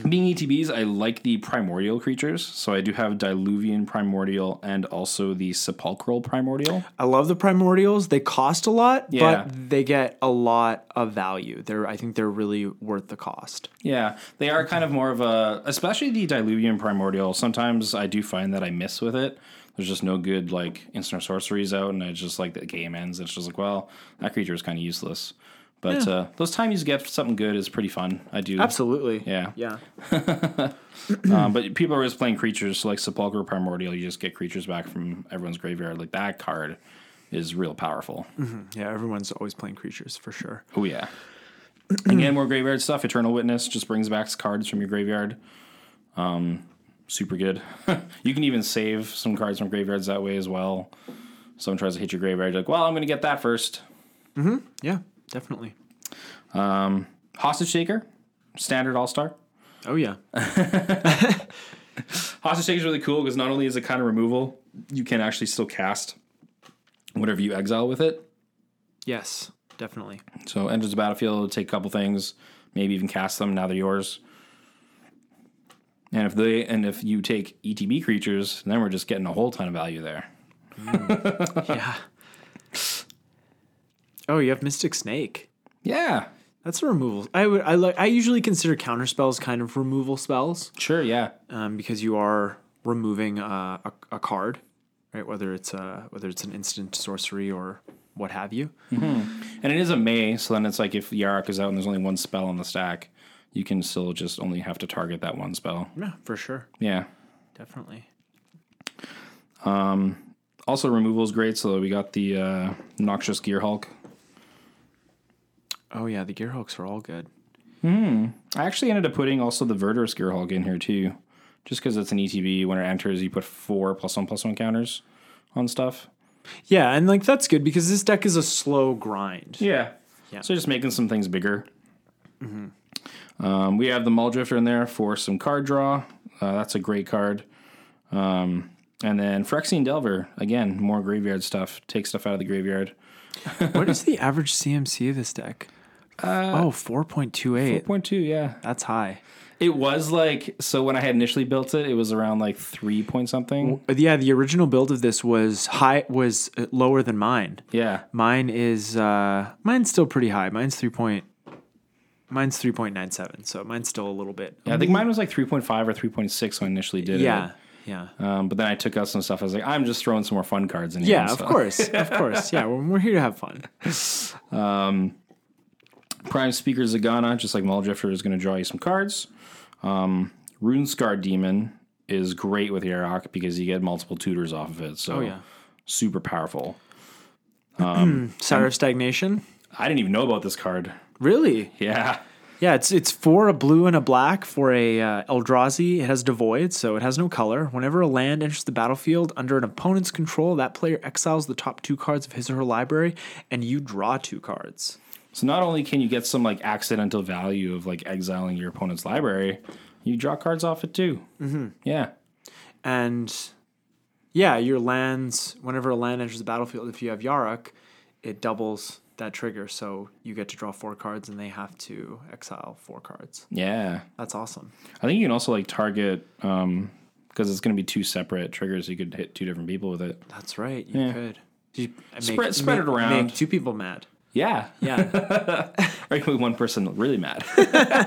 Being ETBs, I like the primordial creatures. So I do have Diluvian Primordial and also the Sepulchral Primordial. I love the primordials. They cost a lot, Yeah. but they get a lot of value. They're I think they're really worth the cost. Yeah, they are kind of more of a, especially the Diluvian Primordial. Sometimes I do find that I miss with it. There's just no good like instant sorceries out, and I just like the game ends. It's just like, well, that creature is kind of useless. But uh, those times you get something good is pretty fun. I do. Um, Absolutely. Yeah. Yeah. Um, but people are always playing creatures so like Sepulchral Primordial. You just get creatures back from everyone's graveyard. Like that card is real powerful. Yeah, everyone's always playing creatures for sure. Oh yeah. Again, more graveyard stuff. Eternal Witness just brings back cards from your graveyard. Um, super good. <laughs> you can even save some cards from graveyards that way as well. Someone tries to hit your graveyard, you're like, well, I'm going to get that first. Yeah, definitely. Hostage Taker, standard All Star. Oh yeah. Hostage Taker is really cool because not only is it kind of removal, you can actually still cast whatever you exile with it. yes, definitely. So enters the battlefield, take a couple things, maybe even cast them. Now they're yours. And if they and if you take ETB creatures, then we're just getting a whole ton of value there. Yeah. Oh, you have Mystic Snake. Yeah, That's a removal. I would. I like. I usually consider counter spells kind of removal spells sure, yeah, um, because you are removing uh, a, a card, right? Whether it's a whether it's an instant sorcery or what have you. and it is a May. So then it's like if Yarok is out and there's only one spell on the stack, you can still just only have to target that one spell. Yeah, for sure, Yeah. definitely. Also, removal is great. So we got the uh, Noxious Gear Hulk. Oh yeah, the Gearhulks are all good. I actually ended up putting also the Verdurous Gear Hulk in here too, just because it's an ETB. When it enters, you put four plus one plus one counters on stuff. Yeah, and like that's good because this deck is a slow grind. Yeah. Yeah. Mm-hmm. So just making some things bigger. Um, we have the Mull Drifter in there for some card draw. Uh, that's a great card. Um, And then Phyrexian Delver, again, more graveyard stuff. Take stuff out of the graveyard. what is the average CMC of this deck? oh, 4.28. 4.2, yeah. That's high. It was like, so when I had initially built it, it was around like three point something. Uh, Yeah, the original build of this was high was uh, lower than mine. Yeah. Mine is uh mine's still pretty high. Mine's 3. Point, mine's 3.97, so mine's still a little bit. Yeah, I think mine was like 3.5 or 3.6 when I initially did yeah. it. Yeah. Um, but then I took out some stuff. I was like, I'm just throwing some more fun cards in here. Yeah, of so. course. Of course. Yeah, we're, we're here to have fun. Prime Speaker Zagana, just like Maul Drifter, is going to draw you some cards. Um, Runescar Demon is great with Yarok because you get multiple tutors off of it. So Oh, yeah. super powerful. Sour of Stagnation. I didn't even know about this card. <laughs> Really? Yeah. Yeah, it's it's for a blue and a black for a uh, Eldrazi. It has Devoid, so it has no color. Whenever a land enters the battlefield under an opponent's control, that player exiles the top two cards of his or her library, and you draw two cards. So not only can you get some like accidental value of like exiling your opponent's library, you draw cards off it too. Mm-hmm. Yeah. And yeah, your lands. Whenever a land enters the battlefield, if you have Yarok, it doubles that trigger, so you get to draw four cards, and they have to exile four cards. Yeah. That's awesome. I think you can also like target um because it's going to be two separate triggers. You could hit two different people with it. That's right. You Yeah. could you make- Spread- spread make- it around. Make two people mad. Yeah. Yeah. <laughs> Or you can make one person really mad. I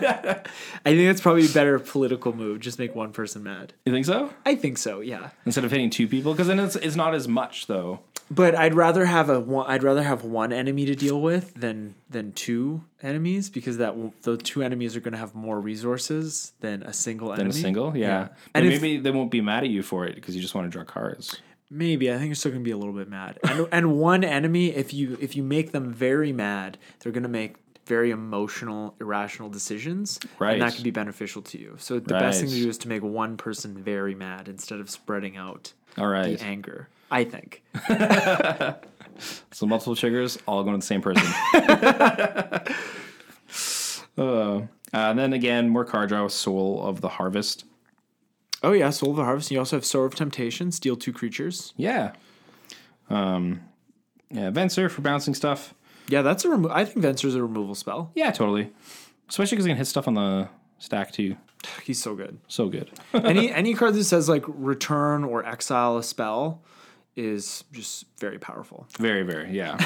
think that's probably a better political move. Just make one person mad. you think so? I think so. Yeah, Instead of hitting two people, because then it's it's not as much though. but I'd rather have a one, I'd rather have one enemy to deal with than than two enemies because that will- the two enemies are going to have more resources than a single In enemy. a single, yeah. But And if- maybe they won't be mad at you for it because you just want to draw cards. Maybe I think you're still going to be a little bit mad. And, and one enemy, if you if you make them very mad, they're going to make very emotional, irrational decisions, Right. and that could be beneficial to you. So the best thing to Right. do is to make one person very mad instead of spreading out All right. the anger. I think. So multiple triggers, all going to the same <laughs> person. uh, and then again, more card draw with Soul of the Harvest. Oh yeah, Soul of the Harvest. You also have Sower of Temptation, steal two creatures. Yeah. Um, yeah, Venser for bouncing stuff. Yeah, that's a remo- I think Venser's a removal spell. Yeah, totally. Especially because you can hit stuff on the stack too. He's so good. So good. any any card that says like return or exile a spell is just very powerful. very, very, yeah.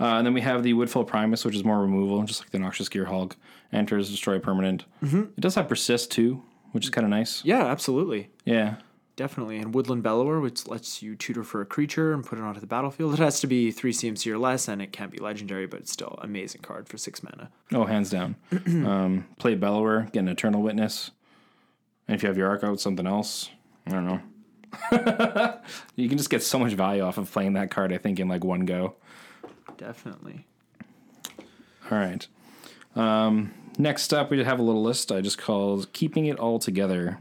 Uh, and then we have the Woodfall Primus, which is more removal, just like the Noxious Gear Hulk. Enters, destroy a permanent. It does have Persist too, which is kind of nice. Yeah, absolutely. Yeah. Definitely. And Woodland Bellower, which lets you tutor for a creature and put it onto the battlefield. It has to be three CMC or less, and it can't be legendary, but it's still amazing card for six mana. Oh, hands down. um, play Bellower, get an Eternal Witness. And if you have your arc out, something else. I don't know. <laughs> you can just get so much value off of playing that card, I think, in like one go. Definitely. All right. Um, next up, we have a little list I just called Keeping It All Together.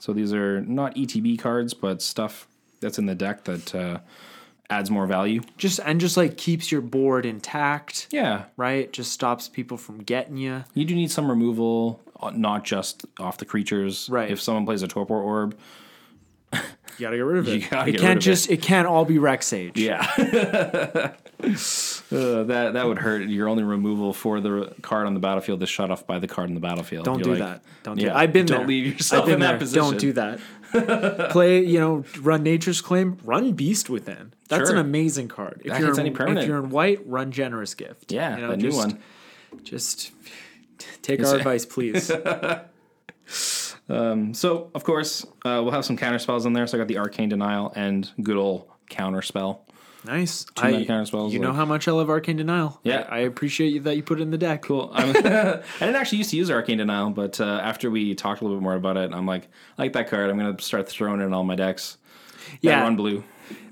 So these are not ETB cards, but stuff that's in the deck that uh, adds more value. Just and just like keeps your board intact, Yeah. right? Just stops people from getting you. You do need some removal, uh, not just off the creatures. Right. If someone plays a Torpor Orb, You gotta get rid of it. You gotta it get rid can't of just. It. can't all be Rex Age. <laughs> Yeah. Uh, that that would hurt your only removal for the card on the battlefield is shut off by the card on the battlefield. Don't You're do like, that. Don't do yeah, that. I've been don't there. leave yourself I've been in that there. position. Don't do that. <laughs> Play, you know, run Nature's Claim. Run Beast Within. That's Sure. an amazing card. If That you're hits in, any permanent. If you're in white, run Generous Gift. Yeah, You know, that new just- one. Just <laughs> take It's- our advice, <laughs> please. So of course uh, we'll have some counter spells in there. So I got the arcane denial and good old counter spell. nice. mana I- counter spells, You know like- how much I love Arcane Denial. Yeah. I, I appreciate you that you put it in the deck. Cool. I'm, <laughs> I didn't actually used to use arcane denial, but uh, after we talked a little bit more about it, I'm like, I like that card. I'm gonna start throwing it in all my decks. That Yeah. one blue.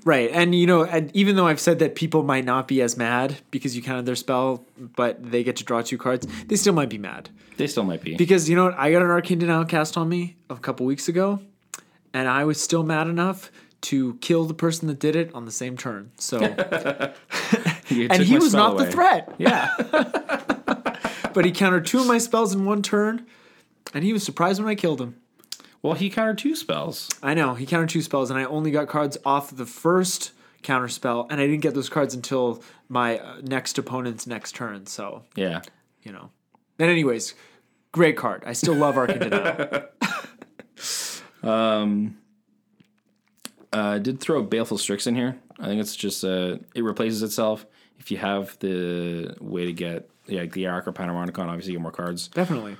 Right. And, you know, and even though I've said that people might not be as mad because you counted their spell, but they get to draw two cards, they still might be mad. They still might be. Because you know what? I got an Arcane Denial cast on me a couple weeks ago, and I was still mad enough to kill the person that did it on the same turn. <laughs> So, You and took he my was not spell away. the threat, Yeah. <laughs> <laughs> but he countered two of my spells in one turn, and he was surprised when I killed him. Well, he countered two spells. I know he countered two spells, and I only got cards off the first counter spell, and I didn't get those cards until my uh, next opponent's next turn. So Yeah. you know. And anyways, great card. I still love <laughs> Arcandinata. Uh, I did throw Baleful Strix in here. I think it's just uh, it replaces itself if you have the way to get yeah, like the Arak or Panharmonicon. Obviously, you get more cards. definitely.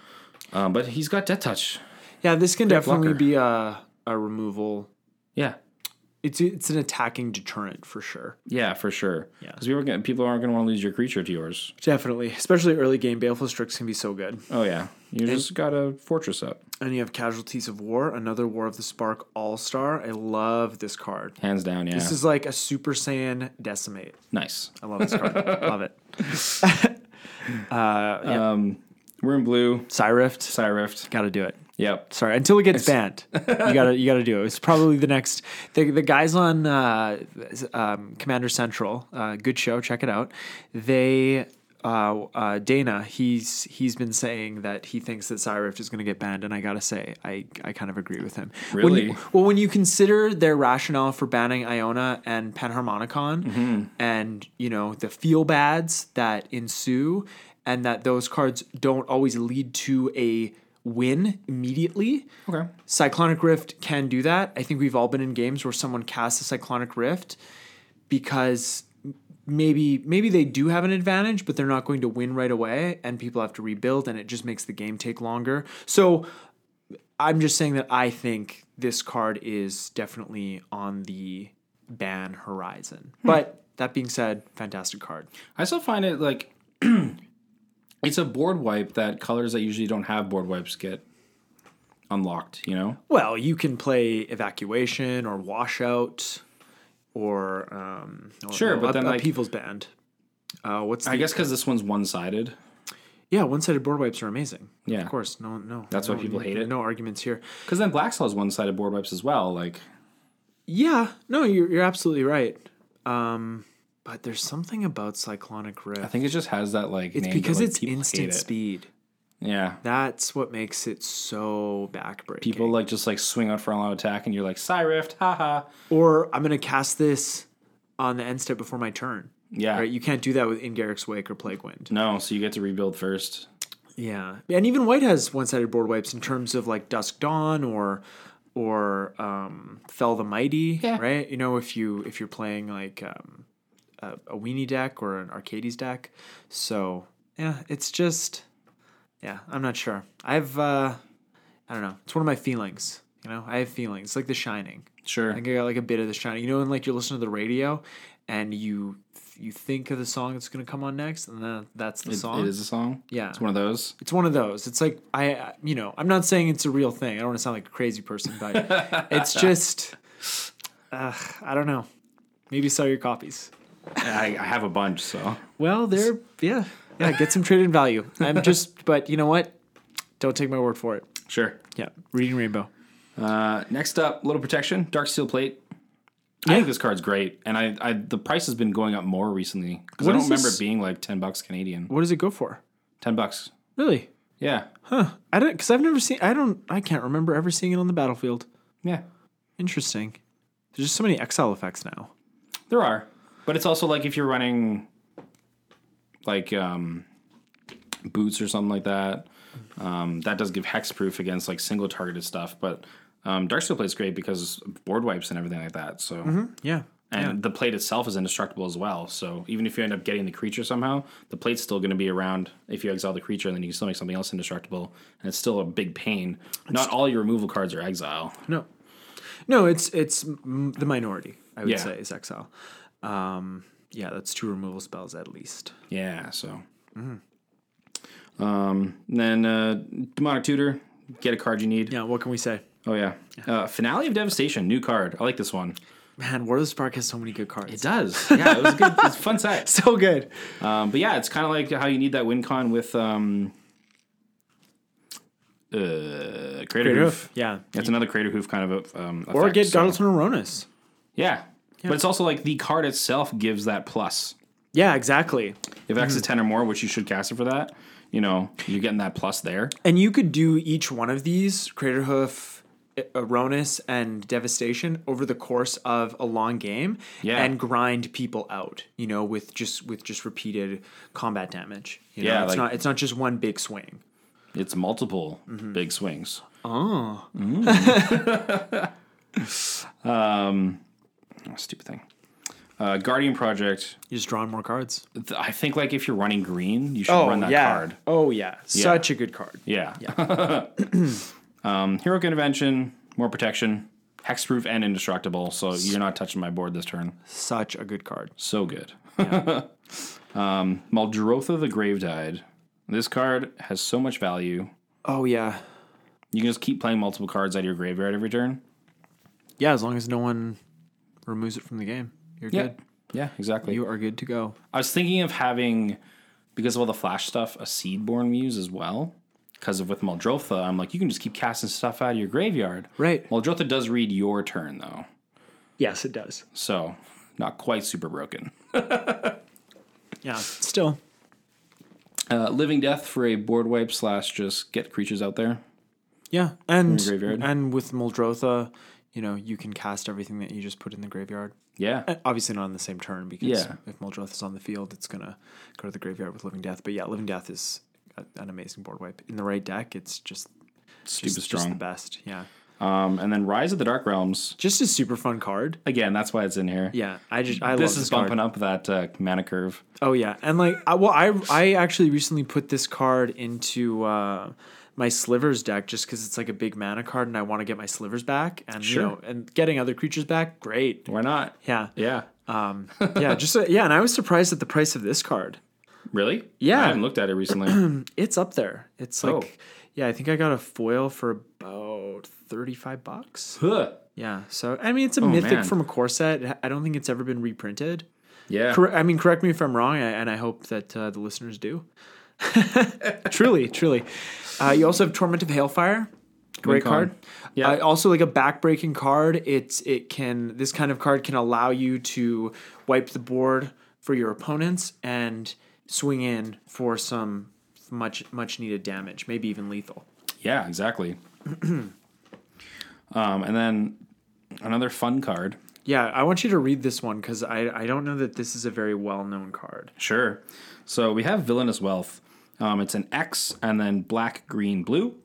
Um, but he's got Death Touch. Yeah, this can definitely blocker. be a a removal. Yeah, It's it's an attacking deterrent for sure. yeah, for sure. Yeah, because people, are gonna- people aren't going to want to lose your creature to yours. Definitely, especially early game, Baleful Strix can be so good. Oh yeah, you just got a fortress up. And you have Casualties of War, another War of the Spark All Star. I love this card. Hands down, yeah. This is like a Super Saiyan Decimate. nice. I love this <laughs> card. love it. We're in blue. Cyrift, Cyrift. got to do it. Yep. Sorry, until it gets banned, you gotta you gotta do it. It's probably the next. The, the guys on uh, um, Commander Central, uh, good show. Check it out. They uh, uh, Dana, he's he's been saying that he thinks that Cyrift is gonna get banned, and I gotta say, I I kind of agree with him. When Really? you- well, when you consider their rationale for banning Iona and Panharmonicon, and you know the feel bads that ensue, and that those cards don't always lead to a win immediately. Okay. Cyclonic Rift can do that. I think we've all been in games where someone casts a Cyclonic Rift because m- maybe maybe they do have an advantage, but they're not going to win right away, and people have to rebuild, and it just makes the game take longer. So I'm just saying that I think this card is definitely on the ban horizon. But that being said, fantastic card. I still find it like <clears throat> it's a board wipe that colors that usually don't have board wipes get unlocked. You know. Well, you can play evacuation or washout or um, no- Sure, no, but up- then, like- upheaval's banned. Uh, what's the, I guess because this one's one sided. yeah? One-sided board wipes are amazing. Yeah. of course. No, no. That's why no- people hate it. No arguments here. Because then Black Slaw's one sided board wipes as well. Like, Yeah, no, you're you're absolutely right. Um, but there's something about cyclonic rift. I think it just has that, like, it's name, because but, like, it's people hate instant it. speed. Yeah. That's what makes it so backbreaking. People, like, just, like, swing out for a long attack and you're like, Cyrift, haha. or I'm gonna cast this on the end step before my turn. Yeah. Right? You can't do that with in Garrick's Wake or Plague Wind. No, so you get to rebuild first. Yeah, and even white has one-sided board wipes in terms of like Dusk Dawn or or um, Fell the Mighty, Yeah. right? You know, if you if you're playing like um, a, a Weenie deck or an Arcades deck, so yeah, it's just yeah, I'm not sure. I've uh, I don't know. It's one of my feelings. You know, I have feelings. It's like The Shining. Sure. I think I got like a bit of The Shining. You know, when like you're listening to the radio and you you think of the song that's gonna come on next, and then that's the song. It is a song. Yeah. It's one of those. It's one of those. It's like I, I- you know, I'm not saying it's a real thing. I don't want to sound like a crazy person, but it's just, uh, I don't know. Maybe sell your copies. I, I have a bunch, so. Well, they're yeah, yeah. Get some trade in value. I'm just, <laughs> but you know what? Don't take my word for it. Sure. Yeah, reading Rainbow. Uh, next up, Little Protection, Dark Steel Plate. I think this card's great, and I, I the price has been going up more recently because I What don't is remember this? it being like ten bucks Canadian. What does it go for? Ten bucks, Really? yeah, Huh? I don't because I've never seen. I don't. I can't remember ever seeing it on the battlefield. yeah. Interesting. There's just so many exile effects now. There are, but it's also like if you're running like um, boots or something like that. Um, that does give hex proof against like single targeted stuff, but um, Dark Steel Plate's great because of board wipes and everything like that. So Yeah. and the plate itself is indestructible as well. So even if you end up getting the creature somehow, the plate's still going to be around if you exile the creature, and then you can still make something else indestructible, and it's still a big pain. Not all your removal cards are exile. No, no, it's it's m- the minority. I would Yeah. say is exile. Um, yeah, that's two removal spells at least. Yeah, so. Um, and then uh, demonic tutor, get a card you need. Yeah, what can we say? Oh yeah, Uh, finale of devastation, new card. I like this one. Man, War of the Spark has so many good cards. It does. <laughs> Yeah, it was a good. It's a fun <laughs> set. so good. Um, but yeah, it's kind of like how you need that win con with um, uh, creative, Hoof. Yeah, That's another creator hoof kind of um, or effect, get so- Godleton and Ronis. Yeah. but it's also like the card itself gives that plus. Yeah, exactly. If X is ten or more, which you should cast it for that, you know you're getting that plus there. And you could do each one of these Crater Hoof, Erroneous and devastation over the course of a long game, Yeah. and grind people out. You know, with just with just repeated combat damage. You know, Yeah, it's like- not it's not just one big swing. It's multiple big swings. Mm-hmm. Oh. <laughs> um, stupid thing. Uh, Guardian Project. You're just drawing more cards. th- I think like if you're running green, you should run that card. Oh yeah, such a good card. Yeah. <laughs> um, heroic intervention, more protection, hexproof and indestructible. So you're not touching my board this turn. Such a good card. So good. <laughs> um, Maldrotha the Gravetide. This card has so much value. Oh yeah, You can just keep playing multiple cards out of your graveyard every turn. yeah. As long as no one removes it from the game, you're good. Yeah, exactly. You are good to go. I was thinking of having, because of all the flash stuff, a Seedborn Muse as well. Because of with Maldrotha, I'm like, you can just keep casting stuff out of your graveyard. Right. Maldrotha does read your turn, though. Yes, it does. So, not quite super broken. Yeah. Still. Uh, living Death for a board wipe slash just get creatures out there. Yeah, and your graveyard. and with Moldrotha, you know, you can cast everything that you just put in the graveyard. Yeah. Obviously, not on the same turn because Yeah. if Moldrotha's on the field, it's gonna go to the graveyard with Living Death. But yeah, Living Death is a, an amazing board wipe in the right deck. It's just Stupid just, just the strong. best. Yeah, Um, and then Rise of the Dark Realms. just a super fun card. Again, that's why it's in here. Yeah, I just I This love is this card. bumping up that uh, mana curve. Oh yeah, and like I, well, I I actually recently put this card into uh, my slivers deck just because it's like a big mana card, and I want to get my slivers back, and Sure. you know, and getting other creatures back, great. Why not? Yeah, Yeah. um, yeah, just uh, yeah, and I was surprised at the price of this card. Really? Yeah. I haven't looked at it recently. <clears throat> It's up there. It's like, Oh. yeah, I think I got a foil for about thirty-five bucks. Huh. Yeah, so I mean, it's a mythic Oh, man. from a core set. I don't think it's ever been reprinted. yeah. Correct, I mean, correct me if I'm wrong, I- and I hope that uh, the listeners do. <laughs> truly, truly. Uh, you also have Torment of Hailfire. Great Wincon. card. Yeah. Uh, also, like a backbreaking card. It's it can this kind of card can allow you to wipe the board for your opponents and swing in for some much much needed damage, maybe even lethal. Yeah, exactly. <clears throat> um, and then another fun card. Yeah, I want you to read this one because I I don't know that this is a very well known card. Sure. So we have Villainous Wealth. Um, it's an X and then black, green, blue.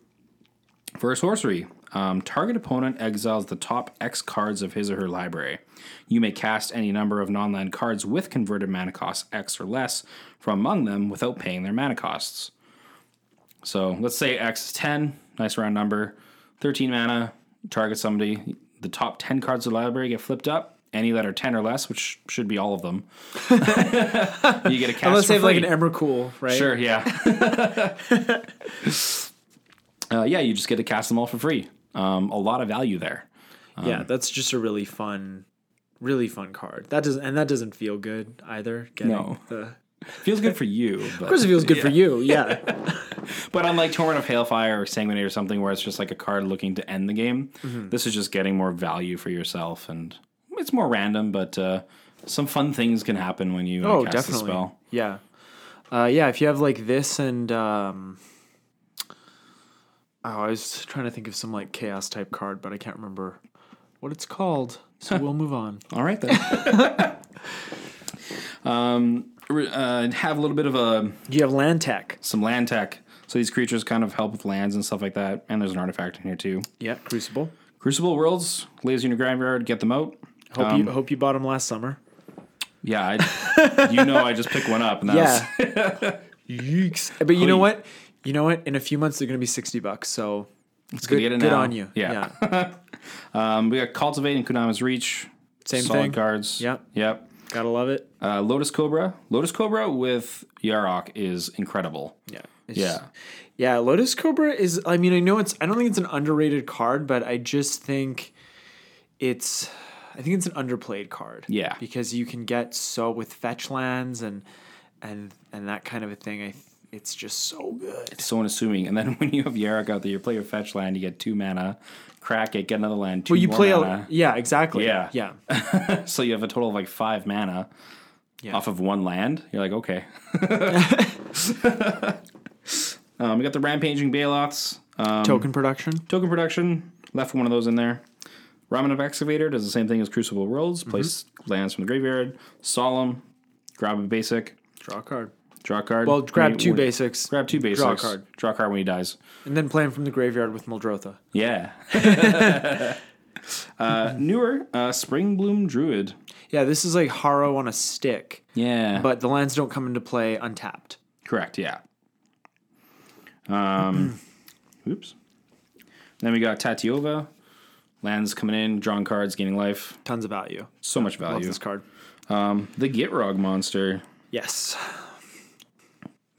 For a sorcery, um, target opponent exiles the top X cards of his or her library. You may cast any number of non land cards with converted mana cost X or less from among them without paying their mana costs. So let's say X is 10, nice round number, 13 mana, target somebody. The top 10 cards of the library get flipped up. Any that are 10 or less, which should be all of them, <laughs> you get a cast. Unless for they have like free. an Emrakul, right? Sure, yeah. <laughs> uh, yeah, you just get to cast them all for free. Um, a lot of value there. yeah, that's just a really fun, really fun card. That doesn't and that doesn't feel good either. Getting No. the, of Feels good for you, course but, it feels good for you. Yeah, but unlike Torrent of Hailfire or Sanguinate or something where it's just like a card looking to end the game, Mm-hmm. this is just getting more value for yourself, and it's more random, but uh, some fun things can happen when you uh, oh cast definitely. the spell. Yeah, uh, yeah. If you have like this and um, oh, I was trying to think of some like chaos type card, but I can't remember what it's called. So we'll move on. All right then. <laughs> um, re- uh, have a little bit of a You have land tech. some land tech. So these creatures kind of help with lands and stuff like that. And there's an artifact in here too. Yeah, crucible. Crucible Worlds, laser in your graveyard, get them out. Hope you hope you bought them last summer. Yeah, <laughs> I, you know I just picked one up, and that was, <laughs> Yeeks. But you know what? You know what? In a few months they're gonna be sixty bucks. So it's good. good to get it good now. on you. Yeah. um, we got Cultivate and Kunama's Reach. Same solid thing. cards. Yep. Yep. Gotta love <laughs> it. Uh, Lotus Cobra. Lotus Cobra with Yarok is incredible. Yeah. Yeah. Yeah. Lotus Cobra is, I mean, I know it's, I don't think it's an underrated card, but I just think it's, I think it's an underplayed card. Yeah. Because you can get so with fetch lands and, and, and that kind of a thing. I, th- it's just so good. So unassuming. And then <laughs> when you have Yarok out there, you play your fetch land, you get two mana, crack it, get another land, two Well, you more play, a, mana. yeah, exactly. Yeah. Yeah. so you have a total of like five mana Yeah. off of one land. You're <laughs> like, okay. <laughs> um, we got the Rampaging Baloths. Um, Token production. token production Left one of those in there. Ramen of Excavator does the same thing as Crucible Worlds. Mm-hmm. Place lands from the graveyard. Solemn. Grab a basic. Draw a card. Draw a card. Well, grab When you- two when- basics. Grab two basics. Draw a card. Draw a card when he dies. And then play him from the graveyard with Muldrotha. Yeah. <laughs> uh, newer uh, Spring Bloom Druid. Yeah, this is like Haro on a stick, Yeah. but the lands don't come into play untapped. Correct. Yeah. <clears throat> Um, oops. Then we got Tatiova. Lands coming in, drawing cards, gaining life. Tons of value. So much Love value. this card. The Gitrog monster. <laughs> Yes.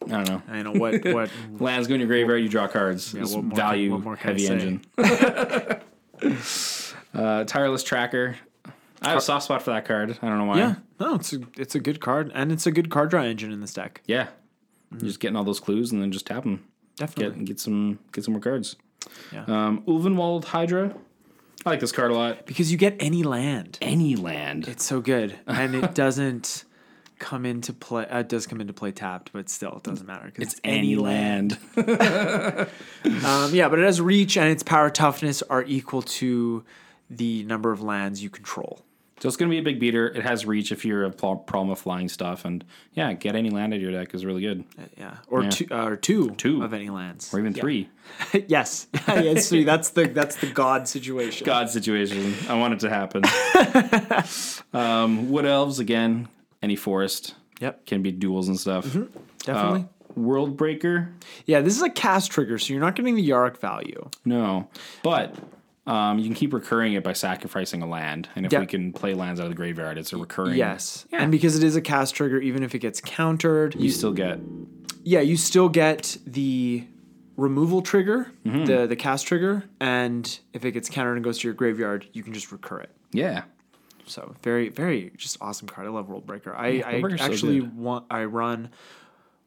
I don't know. I know what <laughs> what Lands go in your graveyard, you draw cards. It's what more can- value, what more can I heavy say? engine. <laughs> uh, Tireless Tracker. I have a soft spot for that card. I don't know why. Yeah. No, it's a it's a good card and it's a good card draw engine in this deck. Yeah. Mm-hmm. Just getting all those clues and then just tap them. Definitely. Get, get some get some more cards. Yeah. Um, Ulvenwald Hydra. I like this card a lot. Because you get any land. Any land. It's so good. And it doesn't come into play uh, it does come into play tapped, but still it doesn't matter cuz it's Any land. <laughs> Um, yeah, but it has reach and its power toughness are equal to the number of lands you control. so it's going to be a big beater. It has reach if you're a pl- problem with flying stuff. And yeah, get any land out of your deck is really good. Yeah, or two, uh, or two, Two. of any lands, Or even Yeah. three. <laughs> yes, <laughs> yeah, it's three. That's the that's the god situation. God situation. I want it <laughs> to happen. um, Wood Elves, again, any forest. Yep. Can be duels and stuff. Mm-hmm. Definitely. Uh, World Breaker. yeah, this is a cast trigger, so you're not getting the Yarick value. No, but um, you can keep recurring it by sacrificing a land, and if Yeah. we can play lands out of the graveyard, it's a recurring. Yes, and because it is a cast trigger, even if it gets countered, you still get yeah, you still get the removal trigger, Mm-hmm. the the cast trigger, and if it gets countered and goes to your graveyard, you can just recur it. yeah. So very, very just awesome card. I love World Breaker. I, I World Breaker's so actually good. want I run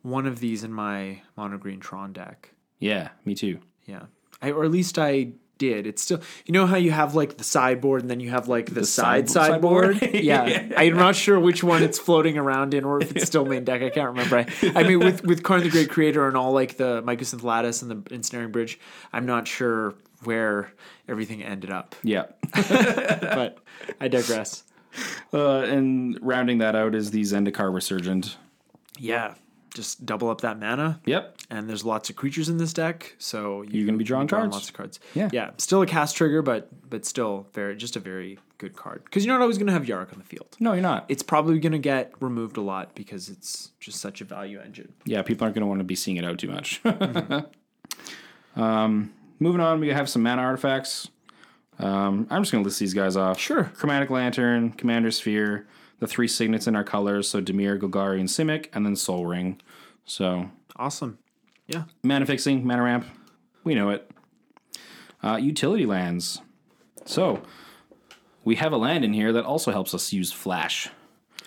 one of these in my mono green Tron deck. Yeah, me too. Yeah. I or at least I did. It's still you know how you have like the sideboard and then you have like the, side side- sideboard? <laughs> sideboard? <laughs> yeah. I'm not sure which one it's floating around in or if it's still main deck. I can't remember. I, I mean with with Karn the Great Creator and all like the Mycosynth Lattice and the Ensnaring Bridge, I'm not sure where everything ended <laughs> up. Yeah, But I digress. uh, and rounding that out is the Zendikar Resurgent. Yeah. Just double up that mana. Yep, and there's lots of creatures in this deck, so you you're gonna be drawing draw cards. lots of cards. Yeah. yeah, still a cast trigger, but but still very just a very good card because you're not always going to have Yarok on the field. No, you're not. It's probably going to get removed a lot because it's just such a value engine. yeah, people aren't gonna want to be seeing it out too much. <laughs> um, moving on, we have some mana artifacts. Um, I'm just gonna list these guys off. Sure. Chromatic Lantern, Commander Sphere, the three signets in our colors, so Demir, Golgari, and Simic, and then Soul Ring. So Awesome. Yeah, Mana fixing, mana ramp. We know it. Uh, utility lands. So, we have a land in here that also helps us use flash.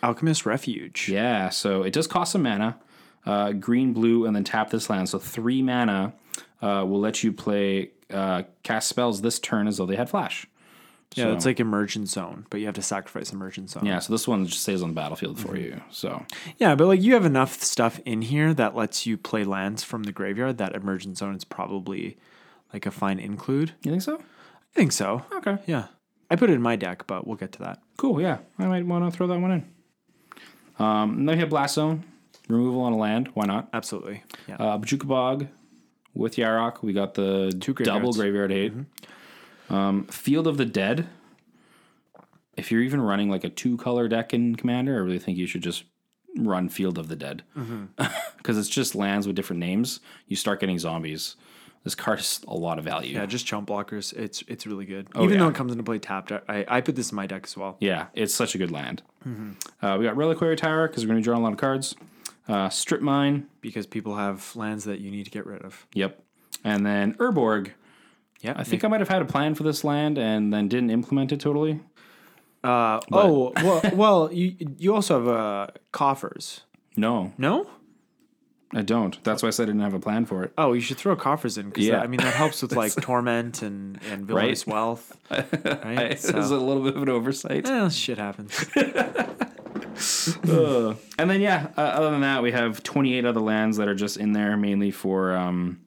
Alchemist Refuge. Yeah, so it does cost some mana. Uh, green, blue, and then tap this land. So, three mana uh, will let you play uh, cast spells this turn as though they had flash. Yeah, it's like Emergent Zone, but you have to sacrifice Emergent Zone. Yeah, so this one just stays on the battlefield for you. So, Yeah, but like you have enough stuff in here that lets you play lands from the graveyard. That Emergent Zone is probably like a fine include. you think so? I think so. Okay. Yeah, I put it in my deck, but we'll get to that. Cool, yeah. I might want to throw that one in. Um, and then we have Blast Zone, removal on a land. Why not? Absolutely. Yeah. Uh, Bajukabog with Yarok. We got the double graveyards. Mm-hmm. graveyard 8 Um, Field of the Dead. If you're even running like a two color deck in Commander, I really think you should just run Field of the Dead because Mm-hmm. <laughs> it's just lands with different names. You start getting zombies. This card has a lot of value. yeah, just chump blockers. It's it's really good. Even Oh, yeah. though it comes into play tapped, I- I, I put this in my deck as well. Yeah, it's such a good land. Mm-hmm. Uh, we got Reliquary Tower because we're going to draw a lot of cards. Uh, Strip Mine. Because people have lands that you need to get rid of. Yep. And then Urborg. Yeah. I think I might have had a plan for this land and then didn't implement it totally. Uh, oh well <laughs> well you you also have uh coffers. No, No? I don't. That's why I said I didn't have a plan for it. Oh, you should throw coffers in because Yeah. I mean that helps with like torment and and villainous <laughs> wealth. Right? <laughs> It was a so, little bit of an oversight. eh, shit happens. Ugh. and then, yeah, uh, other than that, we have 28 other lands that are just in there mainly for um,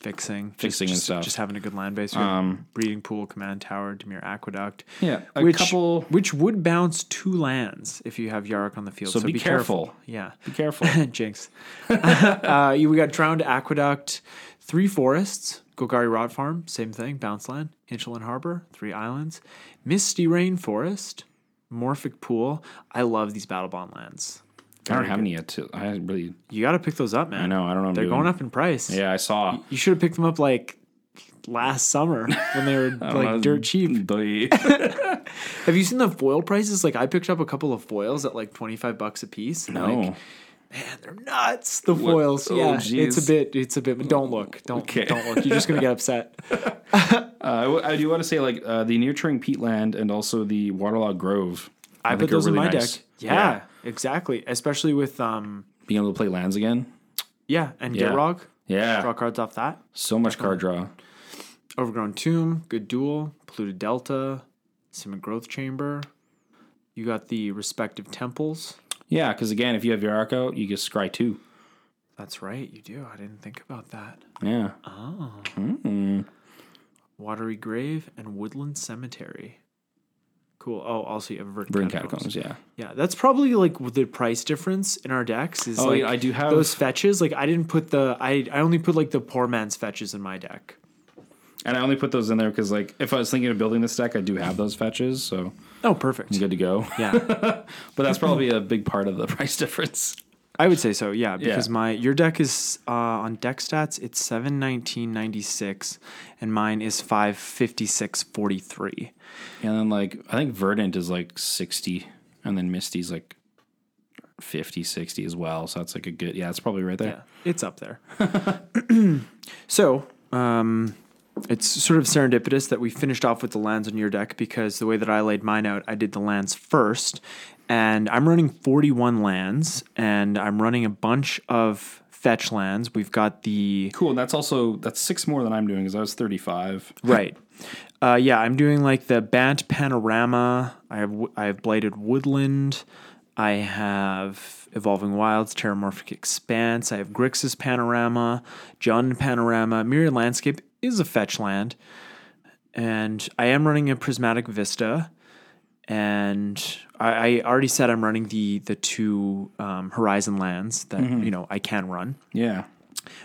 fixing, just- Fixing and just, stuff. Um, Just having a good land base. We have breeding pool, command tower, Demir aqueduct. Yeah, a which, couple- which would bounce two lands if you have Yarok on the field. So, be careful. Yeah, <laughs> Be <laughs> careful. jinx. uh, you, we got drowned aqueduct, three forests, Golgari Rod Farm, same thing, bounce land, Hinchland Harbor, three islands, Misty Rain Forest, Morphic Pool. I love these battle bond lands. I don't have any yet. Too. I really. You got to pick those up, man. I know. I don't know. what I'm They're doing. going up in price. Yeah, I saw. You should have picked them up like last summer when they <laughs> were like dirt cheap. The- Have you seen the foil prices? Like I picked up a couple of foils at like 25 bucks a piece. and, no. Like, they're nuts. The foils. oh, yeah. geez. It's a bit it's a bit but don't look. Don't Okay. don't look. You're just going to get <laughs> upset. Uh, I w- I do want to say like uh, the near-touring peatland and also the waterlogged grove. I, think put are those in really my nice. deck. Yeah, Exactly. Especially with um Being able to play lands again. yeah, and Yeah. yeah. Gitrog. Yeah. Draw cards off that. So much card draw. Overgrown Tomb, Good Duel, Polluted Delta, Simic Growth Chamber. You got the respective temples. Yeah, because again, if you have your arc out, you get scry two. That's right, you do. I didn't think about that. Yeah. Oh. Watery Grave and Woodland Cemetery. Cool. Oh, also you have Verdant Burn Catacombs. catacombs. Yeah. Yeah, that's probably like the price difference in our decks is Oh, like yeah, I do have- those fetches. Like I didn't put the I I only put like the poor man's fetches in my deck. And I only put those in there because like if I was thinking of building this deck, I do have those fetches, so Oh, perfect. good to go. <laughs> Yeah. But that's probably a big part of the <laughs> price difference. I would say so, <laughs> yeah, because my your deck is uh, on deck stats it's 71996 and mine is 55643. And then like I think Verdant is like 60 and then Misty's like 50 60 as well. So that's like a good Yeah, it's probably right Yeah, there. it's up there. <clears throat> so, um, it's sort of serendipitous that we finished off with the lands on your deck because the way that I laid mine out, I did the lands first, and I'm running 41 lands, and I'm running a bunch of fetch lands. We've got the Cool. And that's also that's 6 more than I'm doing cuz I was 35. right. Uh, yeah, I'm doing like the Bant Panorama. I have w- I have Blighted Woodland. I have Evolving Wilds, Terramorphic Expanse. I have Grixis Panorama, Jund Panorama. Myriad Landscape is a fetch land, and I am running a Prismatic Vista. And I, I already said I'm running the the two um, Horizon lands that you know I can run. Yeah.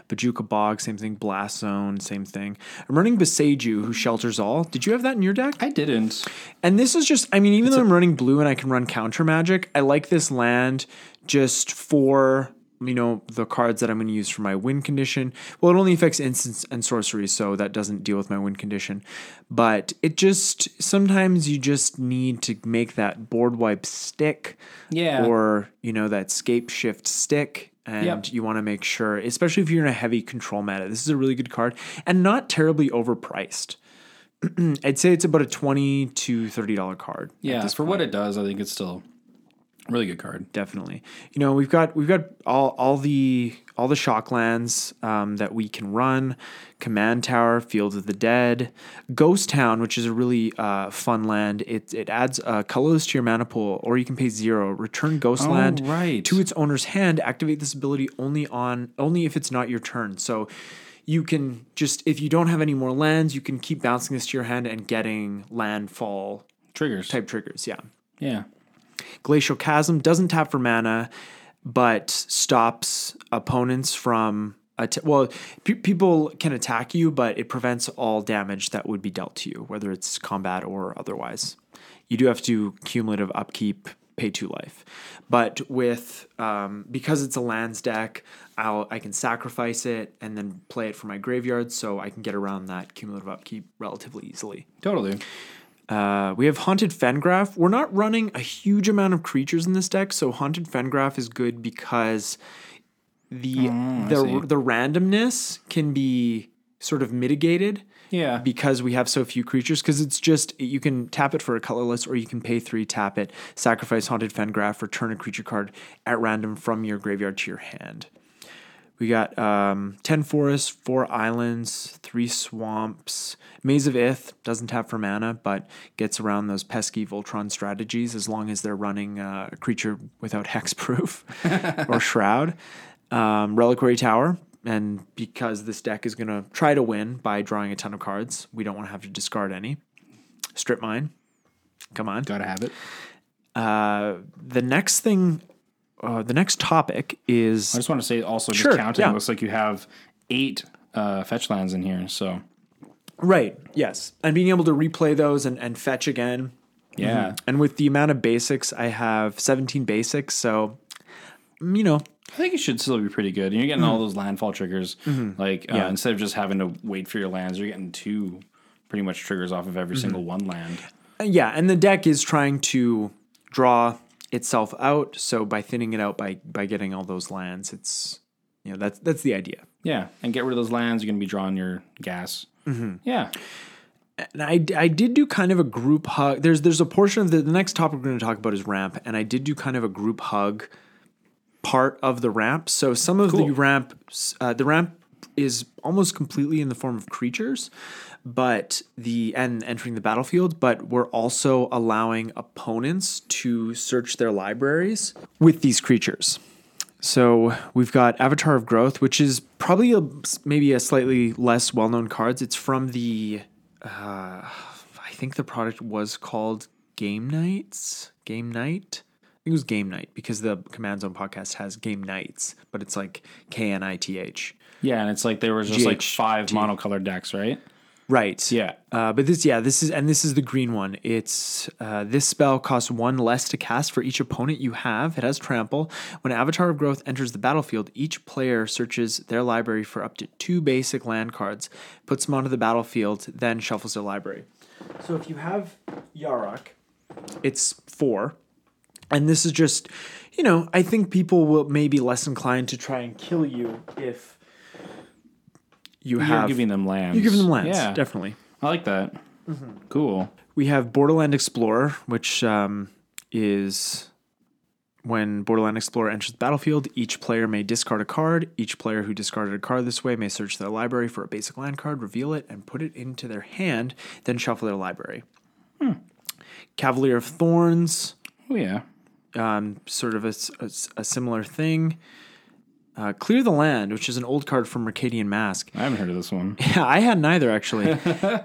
Bajuka Bog, same thing. Blast Zone, same thing. I'm running Beseju, who shelters all. Did you have that in your deck? I didn't. And this is just, I mean, even though i I'm running blue and I can run counter magic, I like this land just for, you know, the cards that I'm going to use for my win condition. Well, it only affects instants and sorcery, so that doesn't deal with my win condition. But it just, sometimes you just need to make that board wipe stick Yeah. or you know that scape shift stick and Yep. you want to make sure especially if you're in a heavy control meta this is a really good card and not terribly overpriced i'd say it's about a 20 to 30 dollar card at yeah. this For what it does, I think it's still a really good card. definitely. You know, we've got we've got all all the all the shock lands um, that we can run. Command Tower, Field of the Dead, Ghost Town, which is a really uh, fun land. It it adds uh, colorless to your mana pool, or you can pay zero. Return Ghost land Oh, right. to its owner's hand. Activate this ability only on only if it's not your turn. So. You can just if you don't have any more lands, you can keep bouncing this to your hand and getting landfall Triggers. type triggers. Yeah, Yeah. Glacial Chasm doesn't tap for mana, but stops opponents from. Att- well, pe- people can attack you, but it prevents all damage that would be dealt to you, whether it's combat or otherwise. You do have to cumulative upkeep, pay two life, but with um, because it's a lands deck, I'll I can sacrifice it and then play it for my graveyard, so I can get around that cumulative upkeep relatively easily. Totally. Uh, we have Haunted Fengraph. We're not running a huge amount of creatures in this deck, so Haunted Fengraph is good because the the the randomness can be sort of mitigated Yeah. because we have so few creatures. Because it's just you can tap it for a colorless, or you can pay three, tap it, sacrifice Haunted Fengraph, return a creature card at random from your graveyard to your hand. We got um, 10 forests, four islands, three swamps. Maze of Ith doesn't tap for mana, but gets around those pesky Voltron strategies as long as they're running uh, <laughs> a creature without hexproof or shroud. Um, Reliquary Tower, And because this deck is going to try to win by drawing a ton of cards, we don't want to have to discard any. Strip mine. Come on. Gotta have it. Uh, the next thing, uh, the next topic I is just want to say also just Sure, counting. yeah. It looks like you have eight uh, fetch lands in here. So right. Yes, and being able to replay those and, and fetch again. yeah, And with the amount of basics, I have 17 basics. So, mm, you know, I think it should still be pretty good. And you're getting Mm. all those landfall triggers. Mm-hmm. Like uh, instead of just having to wait for your lands, you're getting two pretty much triggers off of Mm-hmm. every single one land. yeah. And the deck is trying to draw itself out. So by thinning it out by by getting all those lands, it's you know that's that's the idea. Yeah, and get rid of those lands. You're gonna be drawing your gas. Mm-hmm. Yeah, And I, I did do kind of a group hug. There's there's a portion of the, the next topic we're going to talk about is ramp, and I did do kind of a group hug part of the ramp. So some of the Cool. ramp uh, the ramp is almost completely in the form of creatures, but the and entering the battlefield, but we're also allowing opponents to search their libraries with these creatures. So we've got Avatar of Growth, which is probably a, maybe a slightly less well-known cards. It's from the I think the product was called Game Nights. Game Night. I think it was Game Night because the Command Zone podcast has Game Nights, but it's like K N I T H. yeah, and it's like there was just like GHT. five monocolored decks, right? Right. Yeah. Uh, but this, yeah, this is and this is the green one. It's uh, this spell costs one less to cast for each opponent you have. It has trample. When Avatar of Growth enters the battlefield, each player searches their library for up to two basic land cards, puts them onto the battlefield, then shuffles their library. So if you have Yarok, it's four. And this is just, you know, I think people will maybe less inclined to try and kill you if you You're have giving them lands. you give them lands, Mm-hmm. Yeah, definitely. I like that. Cool. We have Borderland Explorer, which um, is when Borderland Explorer enters the battlefield, each player may discard a card. Each player who discarded a card this way may search their library for a basic land card, reveal it, and put it into their hand, then shuffle their library. Cavalier of Thorns, Oh yeah. um, sort of a, s- a s- a similar thing. Uh, Clear the Land, which is an old card from Mercadian Mask. I haven't heard of this one. Yeah, I hadn't either, actually.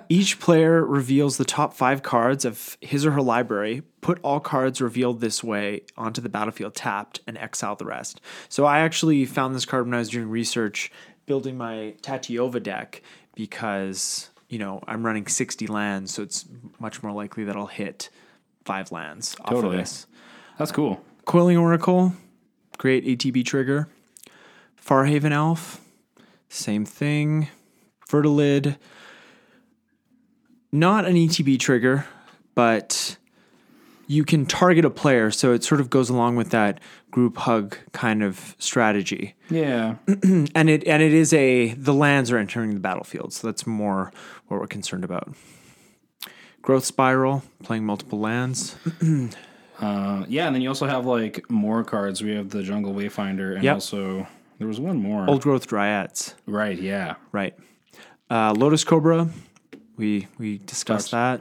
Each player reveals the top five cards of his or her library. Put all cards revealed this way onto the battlefield tapped and exile the rest. So I actually found this card when I was doing research building my Tatiova deck because, you know, I'm running 60 lands, so it's much more likely that I'll hit five lands off Totally. of this. That's cool. Coiling Oracle, great ATB trigger. Farhaven Elf, same thing. Fertilid, not an ETB trigger, but you can target a player, so it sort of goes along with that group hug kind of strategy. Yeah. And it and it is a the lands are entering the battlefield, so that's more what we're concerned about. Growth spiral, playing multiple lands. Uh, yeah, and then you also have like more cards. We have the Jungle Wayfinder, and Yep. also there was one more. Old growth dryads. Right? Yeah. Right. Uh, Lotus Cobra, we we discussed that.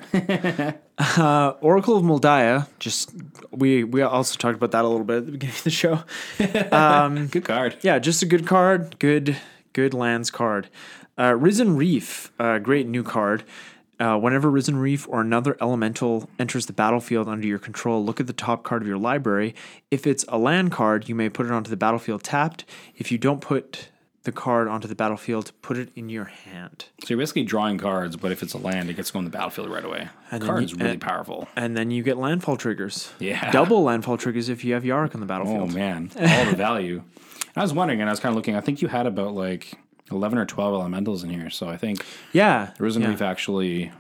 <laughs> uh, Oracle of Moldiah, just we we also talked about that a little bit at the beginning of the show. Good card. Yeah, just a good card, good good lands card. Uh, Risen Reef, uh, great new card. Uh, whenever Risen Reef or another elemental enters the battlefield under your control, look at the top card of your library. If it's a land card, you may put it onto the battlefield tapped. If you don't put the card onto the battlefield, put it in your hand. So you're basically drawing cards, but if it's a land, it gets to go on the battlefield right away. The then card's you- really and- powerful. And then you get landfall triggers. Yeah. Double landfall triggers if you have Yarok on the Oh battlefield. <laughs> man, all the value. I was wondering, and I was kind of looking. I think you had about like eleven or twelve elementals in here, so I think yeah. Risen yeah. Reef actually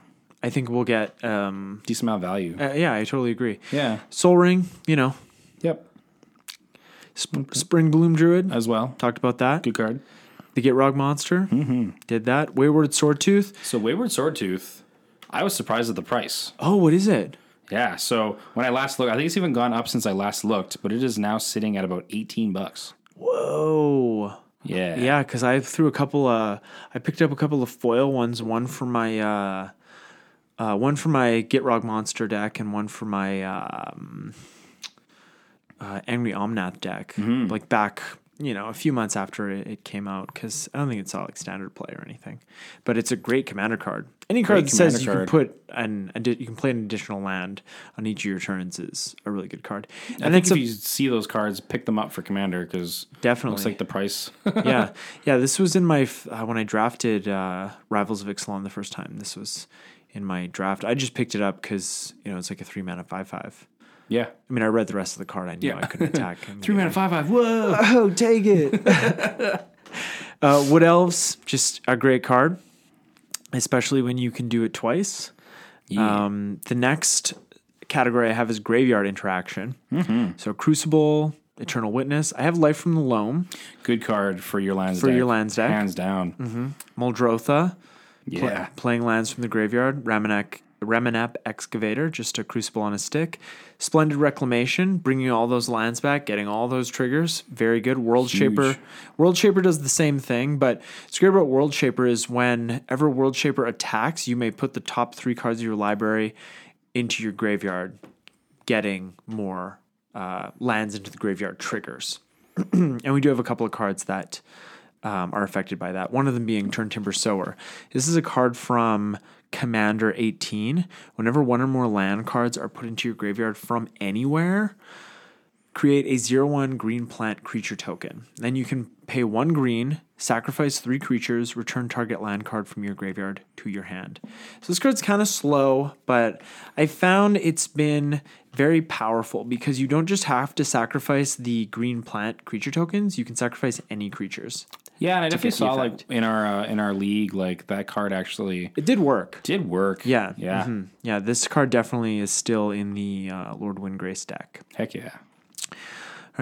I think we'll get, um, decent amount of value. uh, yeah, I totally agree. yeah. Soul Ring, you know, Yep. sp- Spring Bloom Druid. As well. Talked about that. Uh, Good card. The Get Rog Monster. Mm-hmm. Did that. Wayward Swordtooth. So Wayward Swordtooth, I was surprised at the price. Oh, what is it? Yeah. So when I last looked, I think it's even gone up since I last looked, but it is now sitting at about eighteen bucks. Whoa. Yeah. Yeah, because I threw a couple. Uh, I picked up a couple of foil ones. One for my, uh, uh, one for my Gitrog monster deck, and one for Mm-hmm. my um, uh, Angry Omnath deck. Like back you know, a few months after it, it came out because I don't think it's all like standard play or anything. But it's a great commander card. Any card that says you commander can put an addi- you can play an additional land on each of your turns is a really good card. And I think it's if a, you see those cards, pick them up for Commander because definitely looks like the price. <laughs> yeah, yeah. This was in my f- uh, when I drafted uh, Rivals of Ixalan the first time. This was in my draft. I just picked it up because you know it's like a three mana five five. yeah. I mean, I read the rest of the card. I knew I couldn't <laughs> attack. Three mana five five. Whoa. Oh, take it. <laughs> uh, Wood Elves, just a great card, especially when you can do it twice. Um, the next category I have is graveyard interaction. Mm-hmm. So Crucible, Eternal Witness. I have Life from the Loam, <laughs> Good card for your lands. For deck. Mm-hmm. your lands deck. Hands down. Moldrotha, pl- Yeah. playing lands from the graveyard. Ramanak, Ramanap Excavator, just a Crucible on a stick. Splendid Reclamation, bringing all those lands back, getting all those triggers. Very good. World Shaper. World Shaper does the same thing, but what's great about World Shaper is whenever World Shaper attacks, you may put the top three cards of your library into your graveyard, getting more uh, lands into the graveyard triggers. <clears throat> and we do have a couple of cards that um, are affected by that. One of them being Turn Timber Sower. This is a card from Commander 18. Whenever one or more land cards are put into your graveyard from anywhere, create a 0 1 green plant creature token. Then you can pay one green, sacrifice three creatures, return target land card from your graveyard to your hand. So this card's kind of slow, but I found it's been very powerful because you don't just have to sacrifice the green plant creature tokens, you can sacrifice any creatures. Yeah, and I definitely get the saw like effect. in our uh, in our league like that card actually It did work. did work. Yeah. Yeah. Mm-hmm. mhm. Yeah. This card definitely is still in the uh, Lord Windgrace deck. Heck yeah. All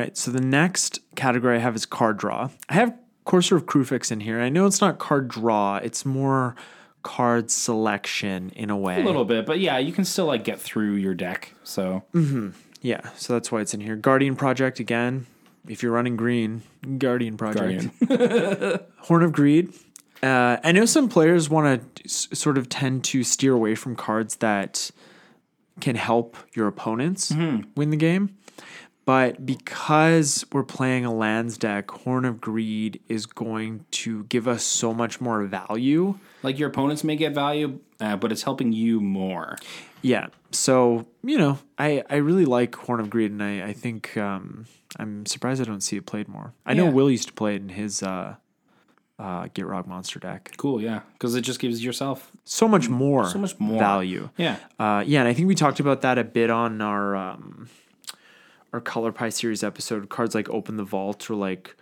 right. So the next category I have is card draw. I have Courser of Crufix in here. I know it's not card draw, it's more card selection in a way. A little bit, but yeah, you can still like get through your deck. So Yeah. So that's why it's in here. Guardian Project again. If you're running green, Guardian Project. Guardian. Horn of Greed. Uh, I know some players want to s- sort of tend to steer away from cards that can help your opponents Mm-hmm. win the game. But because we're playing a lands deck, Horn of Greed is going to give us so much more value. like your opponents may get value, uh, but it's helping you more. Yeah. So, you know, I, I really like Horn of Greed, and I, I think um, I'm surprised I don't see it played more. I know Yeah. Will used to play it in his uh, uh, Get Rog Monster deck. Cool, yeah, because it just gives yourself So much more, Mm, so much more value. Yeah, Uh, yeah, and I think we talked about that a bit on our um, our Color Pie series episode. Cards like Open the Vault or like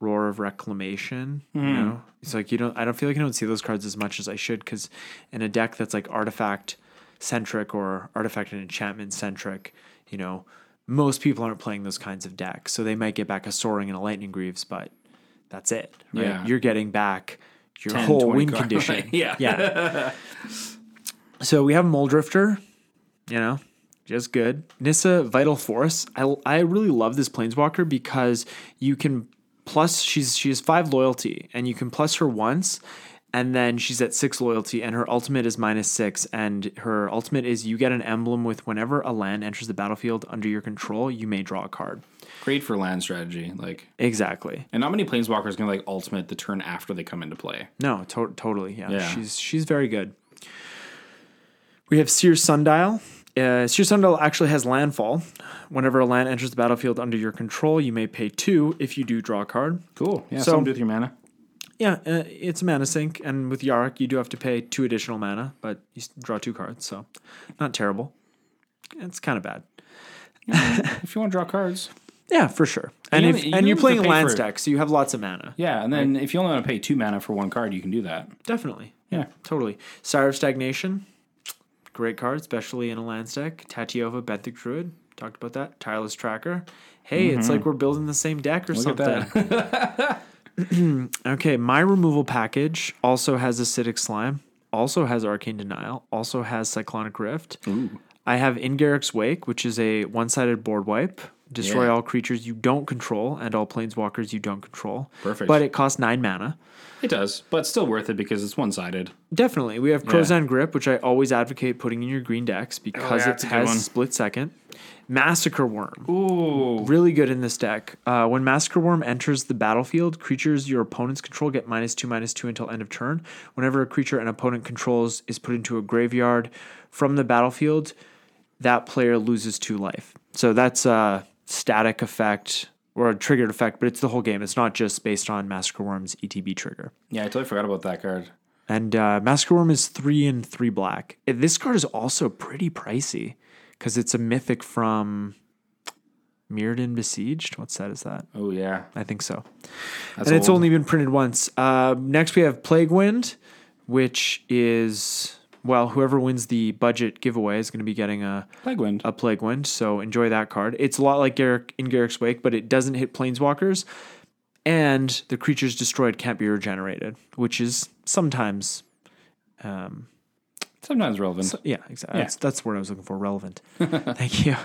Roar of Reclamation. You know, it's like you don't. I don't feel like I don't see those cards as much as I should because in a deck that's like artifact centric or artifact and enchantment centric, you know, most people aren't playing those kinds of decks. So they might get back a Soaring and a Lightning Greaves, but that's it. Right? Yeah. You're getting back your 10, whole 20 win card- condition. Yeah. Yeah. so we have Moldrifter, you know, just good. Nissa Vital Force. I I really love this planeswalker because you can plus she's she has five loyalty and you can plus her once and then she's at six loyalty and her ultimate is minus six and her ultimate is you get an emblem with whenever a land enters the battlefield under your control you may draw a card great for land strategy. Like, exactly and not many planeswalkers can like ultimate the turn after they come into play. No, to- totally. Yeah. Yeah. she's she's very good. We have Seer Sundial. Uh, Seer Sundial actually has landfall. Whenever a land enters the battlefield under your control, you may pay two if you do draw a card. Cool, yeah, So- something to do with your mana. Yeah, uh, it's a mana sink, and with Yarick, you do have to pay two additional mana, but you s- draw two cards, so not terrible. It's kind of bad. If you want to draw cards, Yeah, for sure. And you if, don't- you and don't you're have to playing a pay lands for it. deck, so you have lots of mana. yeah, and then if you only want to pay two mana for one card, you can do that. Definitely. Yeah, Totally. Sire of Stagnation, great card, especially in a land deck. Tatiova, Benthic Druid, talked about that. Tireless Tracker. Hey, it's like we're building the same deck or Mm-hmm. Look something. at that. <laughs> <laughs> Okay, my removal package also has acidic slime, also has arcane denial, also has cyclonic rift. I have Ingarrick's Wake, which is a one-sided board wipe Destroy Yeah. all creatures you don't control and all planeswalkers you don't control. Perfect. But it costs nine mana. It does, but still worth it because it's one sided. Definitely. We have Prozan Grip, which I always advocate putting in your green decks because Oh, yeah, it that's a good one. has split second. Massacre Worm. Ooh. Really good in this deck. Uh, when Massacre Worm enters the battlefield, creatures your opponents control get minus two, minus two until end of turn. Whenever a creature an opponent controls is put into a graveyard from the battlefield, that player loses two life. So that's a static effect or a triggered effect, but it's the whole game. It's not just based on Massacre Worm's ETB trigger. Yeah, I totally forgot about that card. And uh, Massacre Worm is three and three black. And This card is also pretty pricey because it's a mythic from Mirrodin Besieged. What's that? Is that? Oh, yeah. I think so. That's and it's old. only been printed once. Uh, next, we have Plague Wind, which is, well, whoever wins the budget giveaway is going to be getting a, Plaguewind. a Plague Wind. So enjoy that card. It's a lot like Garrick in Garrick's Wake, but it doesn't hit Planeswalkers. And the creatures destroyed can't be regenerated, which is sometimes Sometimes relevant. Yeah, exactly. That's, that's the word I was looking for. Relevant. <laughs> Thank you.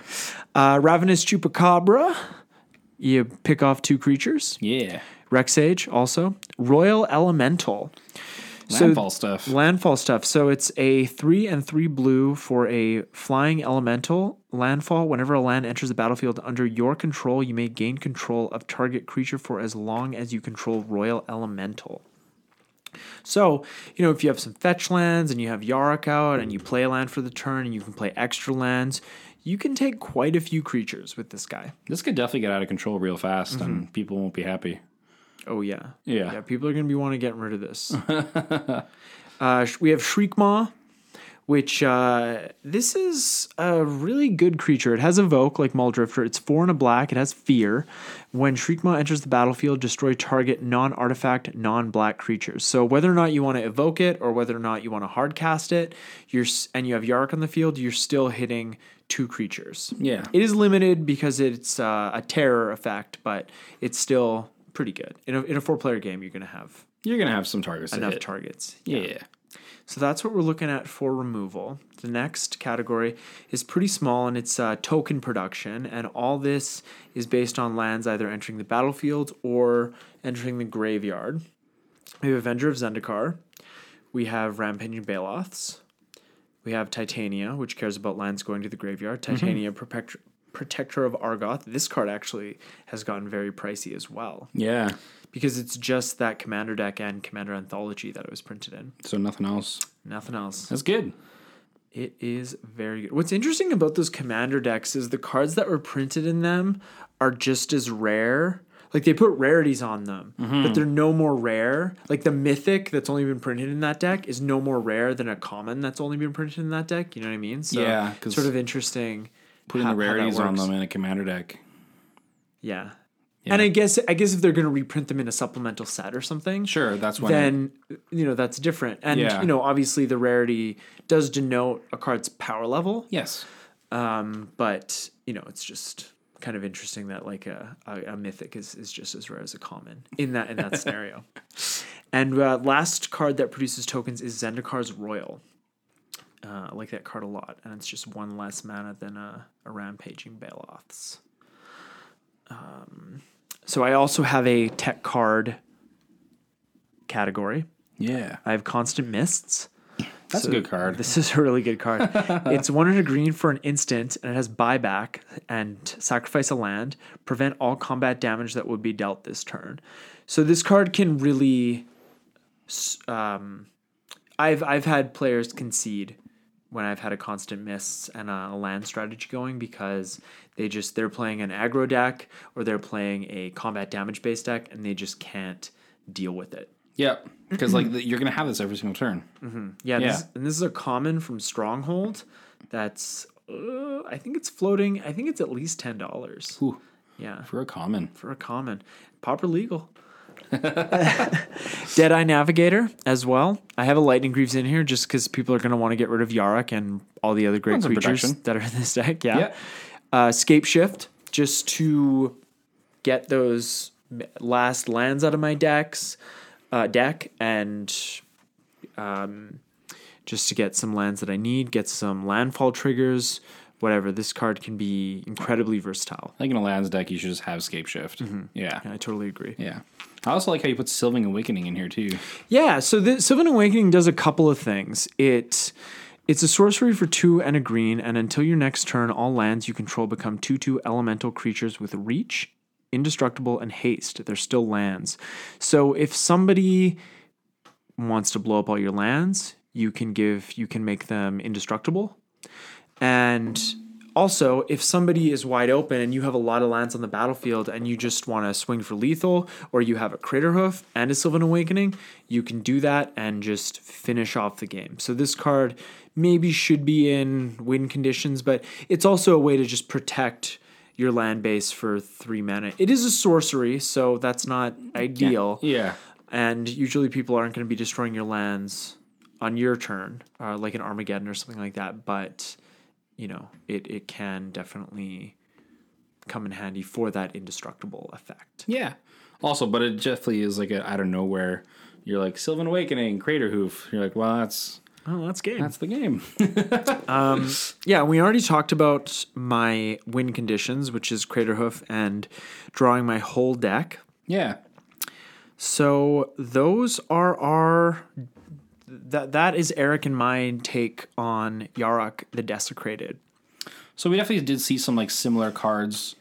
Uh, Ravenous Chupacabra. You pick off two creatures. yeah. Rexage also. Royal Elemental. Landfall stuff. Landfall stuff. So it's a three and three blue for a flying elemental. Landfall. Whenever a land enters the battlefield under your control, you may gain control of target creature for as long as you control Royal Elemental. So, you know, if you have some fetch lands and you have Yarok out and you play a land for the turn and you can play extra lands, you can take quite a few creatures with this guy. This could definitely get out of control real fast, and people won't be happy. Oh yeah, Yeah. people are going to be wanting to get rid of this. uh, sh- we have Shriekmaw, which uh, this is a really good creature. It has evoke like Mull Drifter. It's four and a black. It has fear. When Shriekmaw enters the battlefield, destroy target non-artifact, non-black creatures. So whether or not you want to evoke it or whether or not you want to hard cast it, you're s- and you have Yark on the field, you're still hitting two creatures. Yeah. It is limited because it's uh, a terror effect, but it's still pretty good. In a, in a four player game, you're going to have You're going to have some targets to enough hit. targets. yeah. So that's what we're looking at for removal. The next category is pretty small and it's uh, token production. And all this is based on lands either entering the battlefield or entering the graveyard. We have Avenger of Zendikar. We have Rampaging Baloths. We have Titania, which cares about lands going to the graveyard. Titania, Protect- Protector of Argoth. This card actually has gotten very pricey as well Yeah. because it's just that Commander deck and Commander Anthology that it was printed in. So nothing else. Nothing else. That's good. It is very good. What's interesting about those commander decks is the cards that were printed in them are just as rare. Like they put rarities on them, Mm-hmm. but they're no more rare. Like the mythic that's only been printed in that deck is no more rare than a common that's only been printed in that deck. You know what I mean? So Yeah, 'cause it's sort of interesting. Putting how- the how that rarities on works. them in a commander deck. Yeah. And I guess I guess if they're going to reprint them in a supplemental set or something, Sure, that's when. then you know that's different. And Yeah. you know, obviously the rarity does denote a card's power level. yes. Um, but you know, it's just kind of interesting that like a, a, a mythic is, is just as rare as a common in that in that scenario. And uh, last card that produces tokens is Zendikar's Royal. Uh, I like that card a lot, and it's just one less mana than a, a rampaging Baloths. Um, so I also have a tech card category. Yeah. I have Constant Mists. That's So a good card. This is a really good <laughs> card. it's one in a green for an instant, and it has buyback and sacrifice a land, prevent all combat damage that would be dealt this turn. So this card can really. s- Um, I've I've had players concede when I've had a constant miss and a land strategy going because they just they're playing an aggro deck or they're playing a combat damage based deck and they just can't deal with it. Yep. Because like the, you're gonna have this every single turn. Yeah, Yeah. This, and this is a common from Stronghold. That's uh, I think it's floating. I think it's at least ten dollars. Ooh, Yeah, for a common. for a common, pauper legal. <laughs> Deadeye Navigator as well. I have a Lightning Greaves in here just because people are going to want to get rid of Yarok and all the other great One's in creatures production. that are in this deck. Yeah. Yeah. Uh, Scape Shift just to get those m- last lands out of my decks uh, deck and um, just to get some lands that I need, get some landfall triggers, whatever. This card can be incredibly versatile. Like in a lands deck, you should just have Scape Shift. Mm-hmm. Yeah. I totally agree. Yeah. I also like how you put Sylvan Awakening in here too. Yeah, so the Sylvan Awakening does a couple of things. It it's a sorcery for two and a green, and until your next turn, all lands you control become two two elemental creatures with reach, indestructible, and haste. They're still lands. So if somebody wants to blow up all your lands, you can give you can make them indestructible. And also, if somebody is wide open and you have a lot of lands on the battlefield and you just want to swing for lethal, or you have a Crater Hoof and a Sylvan Awakening, you can do that and just finish off the game. So this card maybe should be in win conditions, but it's also a way to just protect your land base for three mana. It is a sorcery, so that's not ideal Yeah. and usually people aren't going to be destroying your lands on your turn, uh, like an Armageddon or something like that. But you know, it it can definitely come in handy for that indestructible effect. Yeah. Also, but it definitely is like a, out of nowhere. You're like Sylvan Awakening, Crater Hoof. You're like, well, that's Oh, that's game. that's the game. <laughs> yeah, we already talked about my win conditions, which is Crater Hoof and drawing my whole deck. yeah. So those are our that that is Eric and my take on Yarok the Desecrated. So we definitely did see some like similar cards.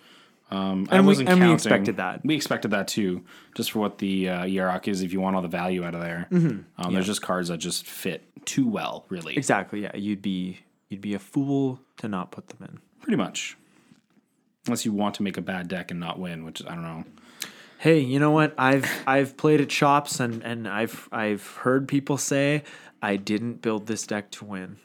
Um, I And we- wasn't and we counting. expected that. We expected that too, just for what the uh, Yarok is. If you want all the value out of there, Mm-hmm. um, there's just cards that just fit too well, really, Exactly. Yeah, you'd be you'd be a fool to not put them in. pretty much. Unless you want to make a bad deck and not win, which I don't know. Hey, you know what? I've I've played at shops and and I've I've heard people say I didn't build this deck to win.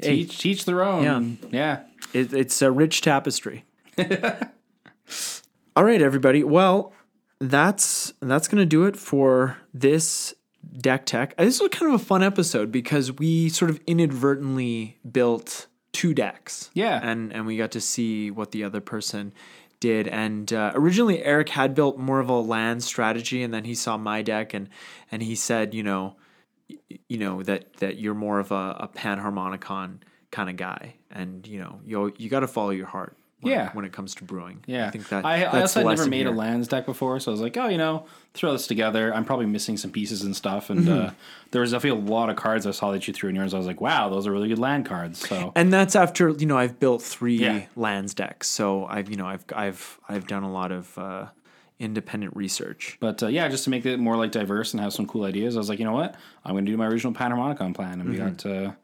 Teach, teach their own. Yeah. It, it's a rich tapestry. <laughs> All right, everybody. Well, that's that's gonna do it for this deck tech. Uh, This was kind of a fun episode because we sort of inadvertently built two decks. Yeah. and and we got to see what the other person did. And uh, originally, Eric had built more of a land strategy, and then he saw my deck, and and he said, you know, you know that that you're more of a, a panharmonicon kind of guy, and you know you you got to follow your heart. When, Yeah. when it comes to brewing, Yeah, I think that I, that's I the also had never lesson made a here. lands deck before, so I was like, oh, you know, throw this together. I'm probably missing some pieces and stuff, and Mm-hmm. uh, there was definitely a lot of cards I saw that you threw in yours. I was like, wow, those are really good land cards. So And that's after you know I've built three Yeah. lands decks, so I've you know I've I've I've done a lot of uh, independent research. But uh, yeah, just to make it more like diverse and have some cool ideas, I was like, you know what? I'm going to do my original Panharmonicon plan, and we got uh, some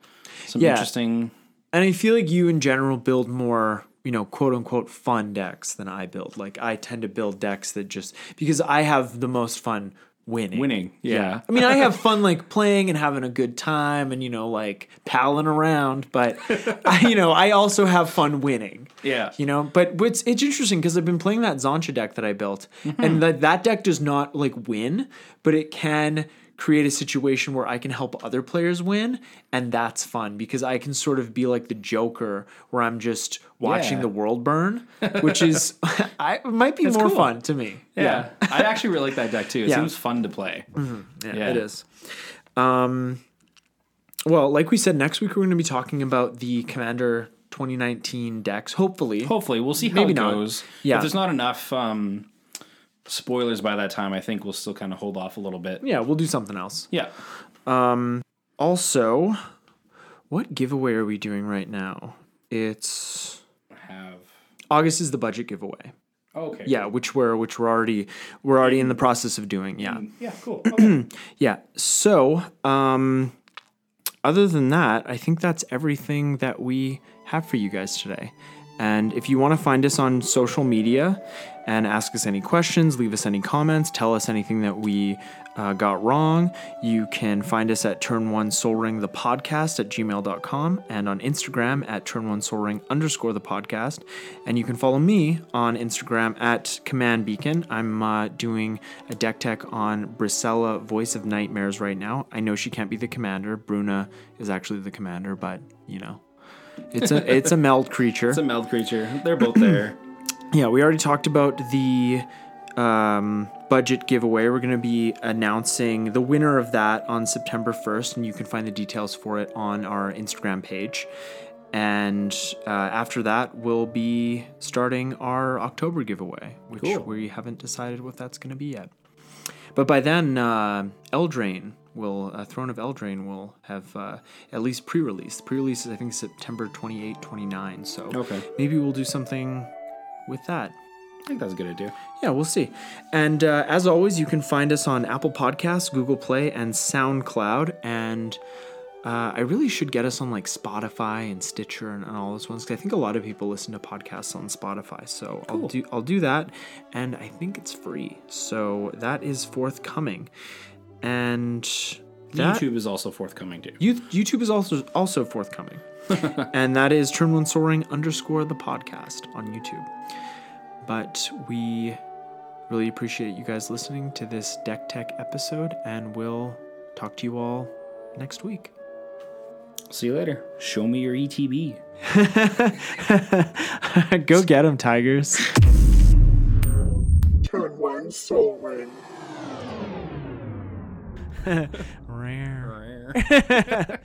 Mm-hmm. Yeah. interesting. And I feel like you in general build more, you know, quote unquote fun decks than I build. Like I tend to build decks that just because I have the most fun winning. Winning, yeah. I mean, I have fun like playing and having a good time and you know like palling around, <laughs> but I, you know, I also have fun winning. Yeah. You know, but it's it's interesting because I've been playing that Zancha deck that I built, Mm-hmm. and that that deck does not like win, but it can create a situation where I can help other players win, and that's fun because I can sort of be like the Joker, where I'm just watching Yeah. the world burn, which <laughs> is <laughs> I might be more cool. fun to me. Yeah, I actually really like that deck too. It Yeah. Mm-hmm. seems fun to play. Yeah, it is. Um, well, like we said, next week we're going to be talking about the Commander 2019 decks. Hopefully, Hopefully, we'll see how Maybe it not. goes. Yeah. If there's not enough um, spoilers by that time, I think we'll still kind of hold off a little bit. yeah, we'll do something else. Yeah. Also, what giveaway are we doing right now? It's Have. August is the budget giveaway. Okay. Yeah, which we're which we're already we're already in the process of doing. Yeah. Yeah. Cool. Okay. Yeah. So, um, other than that, I think that's everything that we have for you guys today. And if you want to find us on social media and ask us any questions, leave us any comments, tell us anything that we uh, got wrong, you can find us at Turn One Soul Ring the podcast at gmail.com and on Instagram at Turn One Soul Ring underscore the podcast. And you can follow me on Instagram at Command Beacon. I'm uh, doing a deck tech on Brisella, Voice of Nightmares, right now. I know she can't be the commander. Bruna is actually the commander, but you know, it's a it's a meld creature. it's a meld creature. They're both there. yeah, we already talked about the um, budget giveaway. We're going to be announcing the winner of that on September 1st, and you can find the details for it on our Instagram page. And uh, after that, we'll be starting our October giveaway, which Cool. we haven't decided what that's going to be yet. But by then, uh, Eldraine will uh, Throne of Eldraine will have uh, at least pre-release. Pre-release is I think September 28, 29. So Okay. maybe we'll do something with that. I think that's a good idea. Yeah, we'll see. And uh, as always, you can find us on Apple Podcasts, Google Play, and SoundCloud. And uh, I really should get us on like Spotify and Stitcher and, and all those ones because I think a lot of people listen to podcasts on Spotify. So I'll do I'll do that, and I think it's free. So that is forthcoming. And that, YouTube is also forthcoming too. You- YouTube is also also forthcoming, and that is turn one soaring underscore the podcast on YouTube. But we really appreciate you guys listening to this deck tech episode, and we'll talk to you all next week. <laughs> See you later. Show me your E ETB. Go get them, tigers. <laughs> Turn one soul ring. Rare.